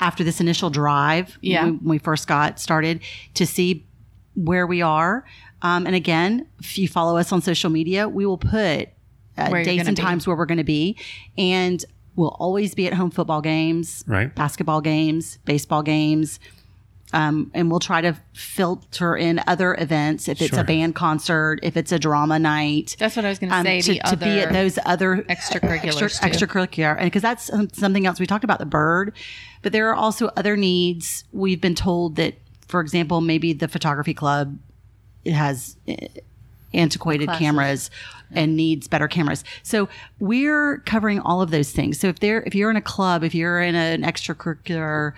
E: after this initial drive
C: Yeah.
E: when, we first got started to see where we are. Um, and again, if you follow us on social media, we will put uh,
C: Where you're
E: dates
C: gonna
E: and
C: be.
E: times where we're going to be. And we'll always be at home football games,
B: Right.
E: basketball games, baseball games. Um, and we'll try to filter in other events if it's
B: Sure.
E: a band concert, if it's a drama night.
C: That's what I was going
E: um,
C: say.
E: to,
C: the
E: to
C: other
E: be at those other
C: extracurriculars. too.
E: extra, extracurricular and because that's um, something else we talked about the bird but there are also other needs we've been told that for example maybe the photography club has eh, antiquated cameras and needs better cameras so we're covering all of those things so if there if you're in a club if you're in an extracurricular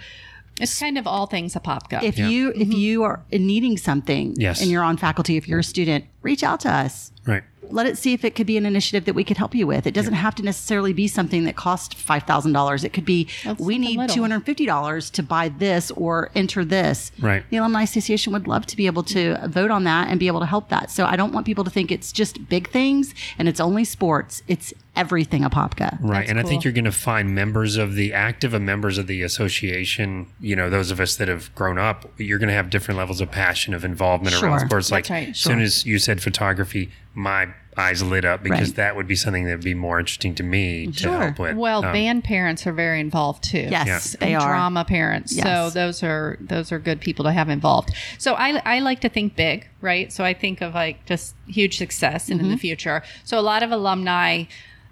C: It's kind of all things Apopka.
E: if you
C: Mm-hmm.
E: if you are needing something
B: Yes.
E: and you're on faculty if you're a student reach out to us
B: Right.
E: let it see if it could be an initiative that we could help you with. It doesn't have to necessarily be something that costs five thousand dollars. It could be we
C: something
E: need
C: little.
E: two hundred and fifty dollars to buy this or enter this.
B: Right.
E: The alumni association would love to be able to vote on that and be able to help that. So I don't want people to think it's just big things and it's only sports. It's everything Apopka.
B: Right. and I think
C: cool.
B: you're going to find members of the active and members of the association, you know, those of us that have grown up, you're going to have different levels of passion, of involvement around
E: Sure.
B: sports. Like,
C: right.
B: as soon as you said photography, my eyes lit up because
E: Right.
B: that would be something that would be more interesting to me to
E: Sure.
B: help with.
C: well,
B: Um,
C: band parents are very involved too.
E: Yes,
C: and
E: they are.
C: drama parents. So
E: Yes.
C: those are those are good people to have involved. So I I like to think big, right? So I think of like just huge success and in
E: Mm-hmm.
C: the future. So a lot of alumni,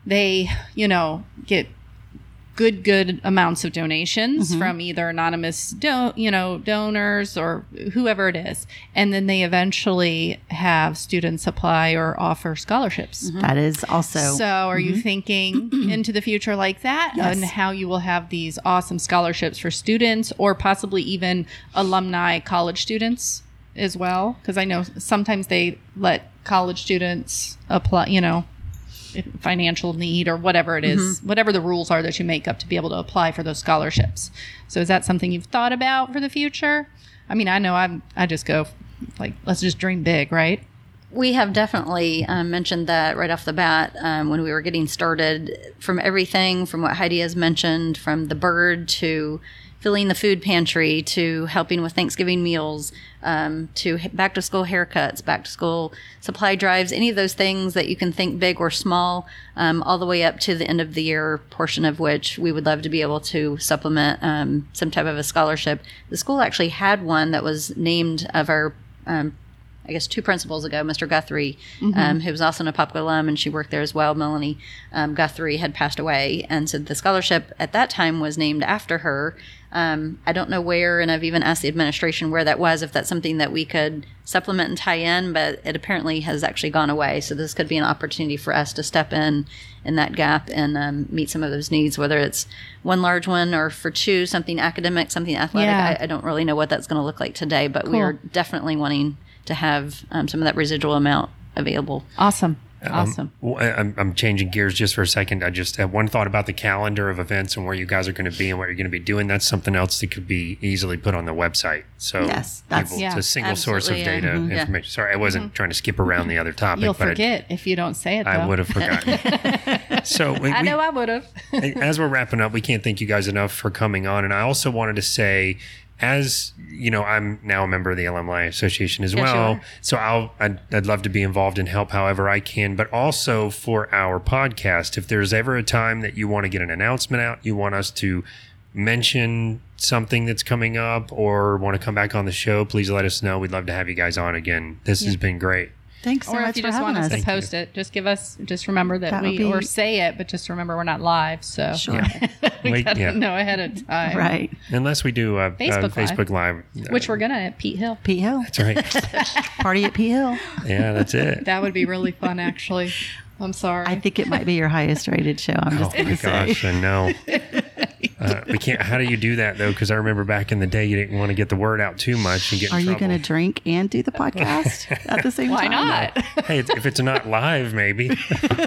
C: they you know get good good amounts of donations
E: Mm-hmm.
C: from either anonymous do- you know donors or whoever it is and then they eventually have students apply or offer scholarships
E: That is also
C: so, Mm-hmm. are you thinking into the future like that
E: Yes.
C: and how you will have these awesome scholarships for students or possibly even alumni college students as well? Because I know sometimes they let college students apply, you know, if financial need or whatever it is, whatever the rules are that you make up to be able to apply for those scholarships. So, is that something you've thought about for the future? I mean, I know I'm, I just go like, let's just dream big, right?
D: We have definitely um, mentioned that right off the bat um, when we were getting started. From everything, from what Heidi has mentioned, from the bird to filling the food pantry to helping with Thanksgiving meals um, to back to school haircuts, back to school supply drives, any of those things that you can think big or small, um, all the way up to the end of the year portion of which we would love to be able to supplement um, some type of a scholarship. The school actually had one that was named of our. Um, I guess two principals ago, Mr. Guthrie,
C: Mm-hmm.
D: um, who was also an Apopka alum, and she worked there as well. Melanie um, Guthrie had passed away, and so the scholarship at that time was named after her. Um, I don't know where, and I've even asked the administration where that was, if that's something that we could supplement and tie in, but it apparently has actually gone away. So this could be an opportunity for us to step in in that gap and um, meet some of those needs, whether it's one large one or for two, something academic, something athletic.
C: Yeah.
D: I, I don't really know what that's going to look like today, but we
C: Cool.
D: are definitely wanting to have um, some of that residual amount available.
C: Awesome. Awesome.
B: Well, I- I'm, I'm changing gears just for a second. I just have one thought about the calendar of events and where you guys are going to be and what you're going to be doing. That's something else that could be easily put on the website. So
E: Yes, that's-
B: people-
C: Yeah,
B: it's a single source of
D: absolutely,
B: data
D: yeah. Mhm. Yeah.
B: information. Sorry, I wasn't trying to skip around the other topic,
C: You'll
B: but I-
C: forget if you don't say it. Though.
B: I, would have forgotten. so we,
C: I
B: we-
C: know I would have.
B: as we're wrapping up, we can't thank you guys enough for coming on. And I also wanted to say, as you know, I'm now a member of the Alumni Association as
C: Yes, you
B: well.
C: are.
B: So I'll I'd, I'd love to be involved and help however I can. But also for our podcast, if there's ever a time that you want to get an announcement out, you want us to mention something that's coming up or want to come back on the show, please let us know. We'd love to have you guys on again. This has been great.
E: Thanks so
C: or if
E: much
C: you
E: for
C: just
E: having
C: want us
E: us.
C: to post it, just give us, just remember that,
E: That would
C: we,
E: be-
C: or say it, but just remember we're not live. So
E: Sure.
C: we
B: Wait,
C: gotta
B: yeah.
C: know ahead of time.
E: Right.
B: Unless we do uh, Facebook, uh,
C: Facebook Live.
B: Facebook Live.
C: Which we're going to at Pete Hill.
E: Pete Hill.
B: That's right.
E: Party at Pete Hill.
B: yeah, that's it.
C: That would be really fun, actually. I'm sorry.
E: I think it might be your highest rated show. I'm
B: Oh
E: just going
B: my
E: to say.
B: gosh, I know. Uh, we can't. How do you do that though? Because I remember back in the day, you didn't want to get the word out too much and get. in
E: Are you
B: trouble.
E: going to drink and do the podcast at the same
C: Why
E: time?
C: not?
B: Hey, it's- if it's not live, maybe.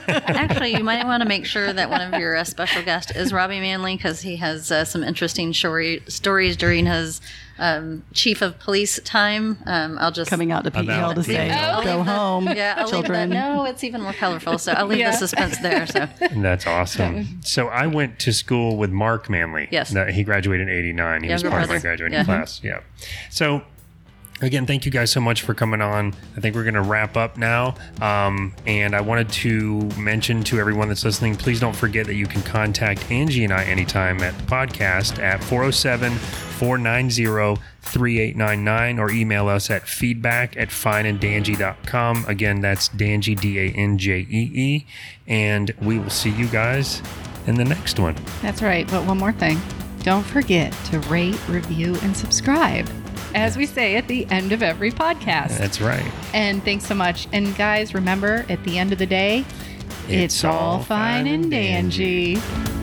D: Actually, you might want to make sure that one of your uh, special guests is Robbie Manley because he has uh, some interesting shori- stories during his um, chief of police time. Um, I'll just
E: Coming out to Pete
B: About
E: Hill to
B: Pete
E: say,
B: Hill.
C: Oh.
E: go home,
D: Yeah, I'll
E: children.
D: leave that. No, it's even more colorful. So I'll leave
C: Yeah.
D: the suspense there. So
B: That's awesome. So I went to school with Mark Manley.
D: Yes.
B: That- he graduated in 89. He was
D: Younger
B: part of my
D: brother.
B: graduating
D: Yeah.
B: class. Yeah. So again, thank you guys so much for coming on. I think we're going to wrap up now. Um, and I wanted to mention to everyone that's listening, please don't forget that you can contact Angie and I anytime at the podcast at 407 490 3899 or email us at feedback at fineanddangie.com. Again, that's Danji, D A N J E E. And we will see you guys in the next one.
C: That's right. But one more thing don't forget to rate, review, and subscribe, as we say at the end of every podcast.
B: That's right.
C: and thanks so much. And guys, remember at the end of the day, it's, all fine and dandy.